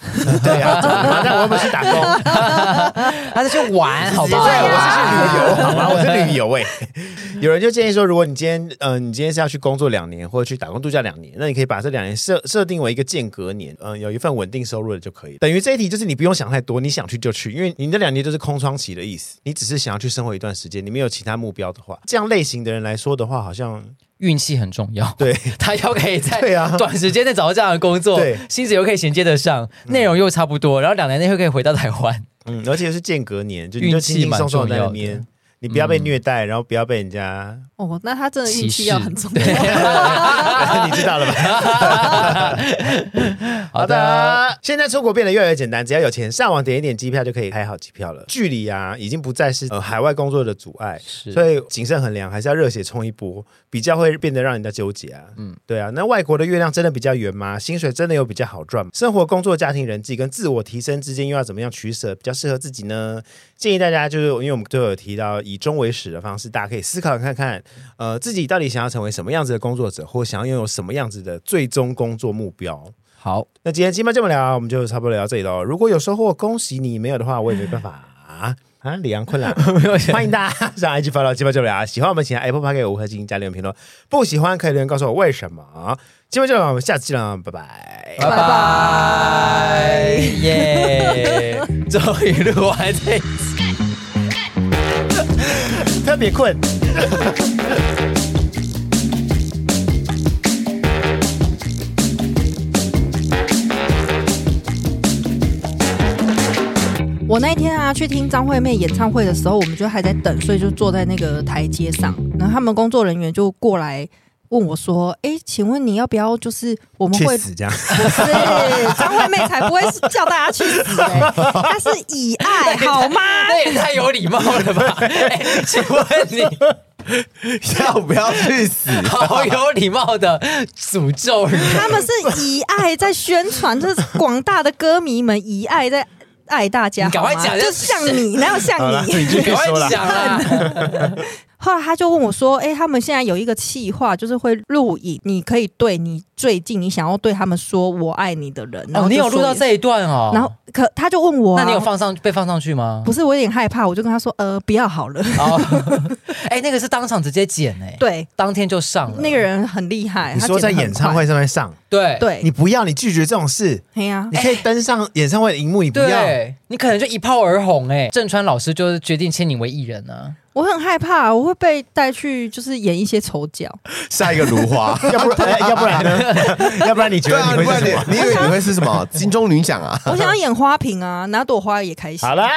[SPEAKER 1] 对呀、啊，但我又不是打工，
[SPEAKER 2] 他是去玩，好
[SPEAKER 1] 对，啊
[SPEAKER 2] 不
[SPEAKER 1] 我
[SPEAKER 2] 好？
[SPEAKER 1] 是去旅游，好吗？我是旅游哎、有人就建议说，如果你今天，嗯、你今天是要去工作两年，或者去打工度假两年，那你可以把这两年设设定为一个间隔年，嗯、有一份稳定收入的就可以。等于这一题就是你不用想太多，你想去就去，因为你这两年就是空窗期的意思，你只是想要去生活一段时间，你没有其他目标的话，这样类型的人来说的话，好像
[SPEAKER 2] 运气很重要，
[SPEAKER 1] 对
[SPEAKER 2] 他要可以在
[SPEAKER 1] 对啊
[SPEAKER 2] 短时间内找到这样的工作
[SPEAKER 1] 对，
[SPEAKER 2] 薪水又可以衔接得上，内容又差不多，然后两年内又可以回到台湾。
[SPEAKER 1] 嗯，而且是间隔年，就
[SPEAKER 2] 运
[SPEAKER 1] 你就
[SPEAKER 2] 气
[SPEAKER 1] 轻轻
[SPEAKER 2] 蛮
[SPEAKER 1] 松松地
[SPEAKER 2] 重
[SPEAKER 1] 在那
[SPEAKER 2] 要的嗯
[SPEAKER 1] 边，你不要被虐待，然后不要被人家，
[SPEAKER 3] 哦，那他真的运
[SPEAKER 2] 歧
[SPEAKER 3] 气
[SPEAKER 2] 视
[SPEAKER 3] 要很重要。
[SPEAKER 1] 你知 道了吧？好的，现在出国变得越来越简单，只要有钱，上网点一点机票就可以开好机票了。距离啊，已经不再是呃海外工作的阻碍，
[SPEAKER 2] 是
[SPEAKER 1] 所以谨慎衡量，还是要热血冲一波，比较会变得让人家纠结啊。嗯，对啊，那外国的月亮真的比较圆吗？薪水真的有比较好赚吗？生活、工作、家庭、人际跟自我提升之间又要怎么样取舍比较适合自己呢？建议大家就是，因为我们都有提到以终为始的方式，大家可以思考看看，呃，自己到底想要成为什么样子的工作者，或想要拥有什么样子的最终工作目标。
[SPEAKER 2] 好，
[SPEAKER 1] 那今天金麦这么聊，我们就差不多聊到这里喽。如果有收获，恭喜你；没有的话，我也没办法啊。啊，李阳坤啦，欢迎大家上 IG 发到金麦这么聊。喜欢我们，请按 Apple Park 给五颗星加留言评论；不喜欢可以留言告诉我为什么。金麦这么聊，我们下次见了，拜拜。
[SPEAKER 2] 拜拜，耶！终于录完这一集
[SPEAKER 1] 特别困。
[SPEAKER 3] 我那一天啊去听张惠妹演唱会的时候，我们就还在等，所以就坐在那个台阶上，然后他们工作人员就过来问我说：“哎、请问你要不要就是我们
[SPEAKER 1] 去
[SPEAKER 3] 会
[SPEAKER 1] 死这样，
[SPEAKER 3] 不是张惠妹才不会叫大家去死、欸，她是以爱好吗？
[SPEAKER 2] 那也太有礼貌了 吧？哎请问你
[SPEAKER 4] 要不要去死？
[SPEAKER 2] 好有礼貌的诅咒人，
[SPEAKER 3] 他们是以爱在宣传，这是广大的歌迷们以爱在爱大家，
[SPEAKER 2] 你赶快
[SPEAKER 3] 好吗
[SPEAKER 2] 讲
[SPEAKER 3] 就像你，哪有
[SPEAKER 1] 好啦
[SPEAKER 3] 像你？
[SPEAKER 1] 你继续
[SPEAKER 2] 赶
[SPEAKER 1] 说
[SPEAKER 2] 快
[SPEAKER 1] 啦。
[SPEAKER 2] 讲啊啦！
[SPEAKER 3] 后来他就问我说：“哎、他们现在有一个企划，就是会录影，你可以对你最近你想要对他们说我爱你的人。”然
[SPEAKER 2] 哦，
[SPEAKER 3] 后就
[SPEAKER 2] 你有
[SPEAKER 3] 说
[SPEAKER 2] 录到这一段哦？
[SPEAKER 3] 然后可他就问我、啊，
[SPEAKER 2] 那你有？放上被放上去吗？
[SPEAKER 3] 不是，我有点害怕，我就跟他说：“呃，不要好了。
[SPEAKER 2] 哦，哎，那个是当场直接剪哎”，，
[SPEAKER 3] 对，
[SPEAKER 2] 当天就上了。
[SPEAKER 3] 那个人很厉害。
[SPEAKER 1] 你
[SPEAKER 3] 哎他
[SPEAKER 1] 说在
[SPEAKER 3] 剪得很
[SPEAKER 1] 演唱
[SPEAKER 3] 快
[SPEAKER 1] 会？上面上，
[SPEAKER 2] 对
[SPEAKER 3] 对，
[SPEAKER 1] 你不要，你拒绝这种事，
[SPEAKER 3] 嘿呀、
[SPEAKER 1] 你可以登上演唱会的荧幕，你不要。。
[SPEAKER 2] 对，你可能就一炮而红哎、郑川老师就是决定签你为艺人啊，
[SPEAKER 3] 我很害怕，我会被带去就是演一些丑角。
[SPEAKER 4] 下一个如花
[SPEAKER 1] 要不然，哎要不然呢？要不然你觉
[SPEAKER 4] 对
[SPEAKER 1] 得
[SPEAKER 4] 啊，
[SPEAKER 1] 你
[SPEAKER 4] 不
[SPEAKER 1] 会
[SPEAKER 4] 然
[SPEAKER 1] 是
[SPEAKER 4] 你
[SPEAKER 1] 什么？
[SPEAKER 4] 你以为你会是什么金钟女奖啊？
[SPEAKER 3] 我想要演花瓶啊，拿朵花也开心
[SPEAKER 1] 好。啦。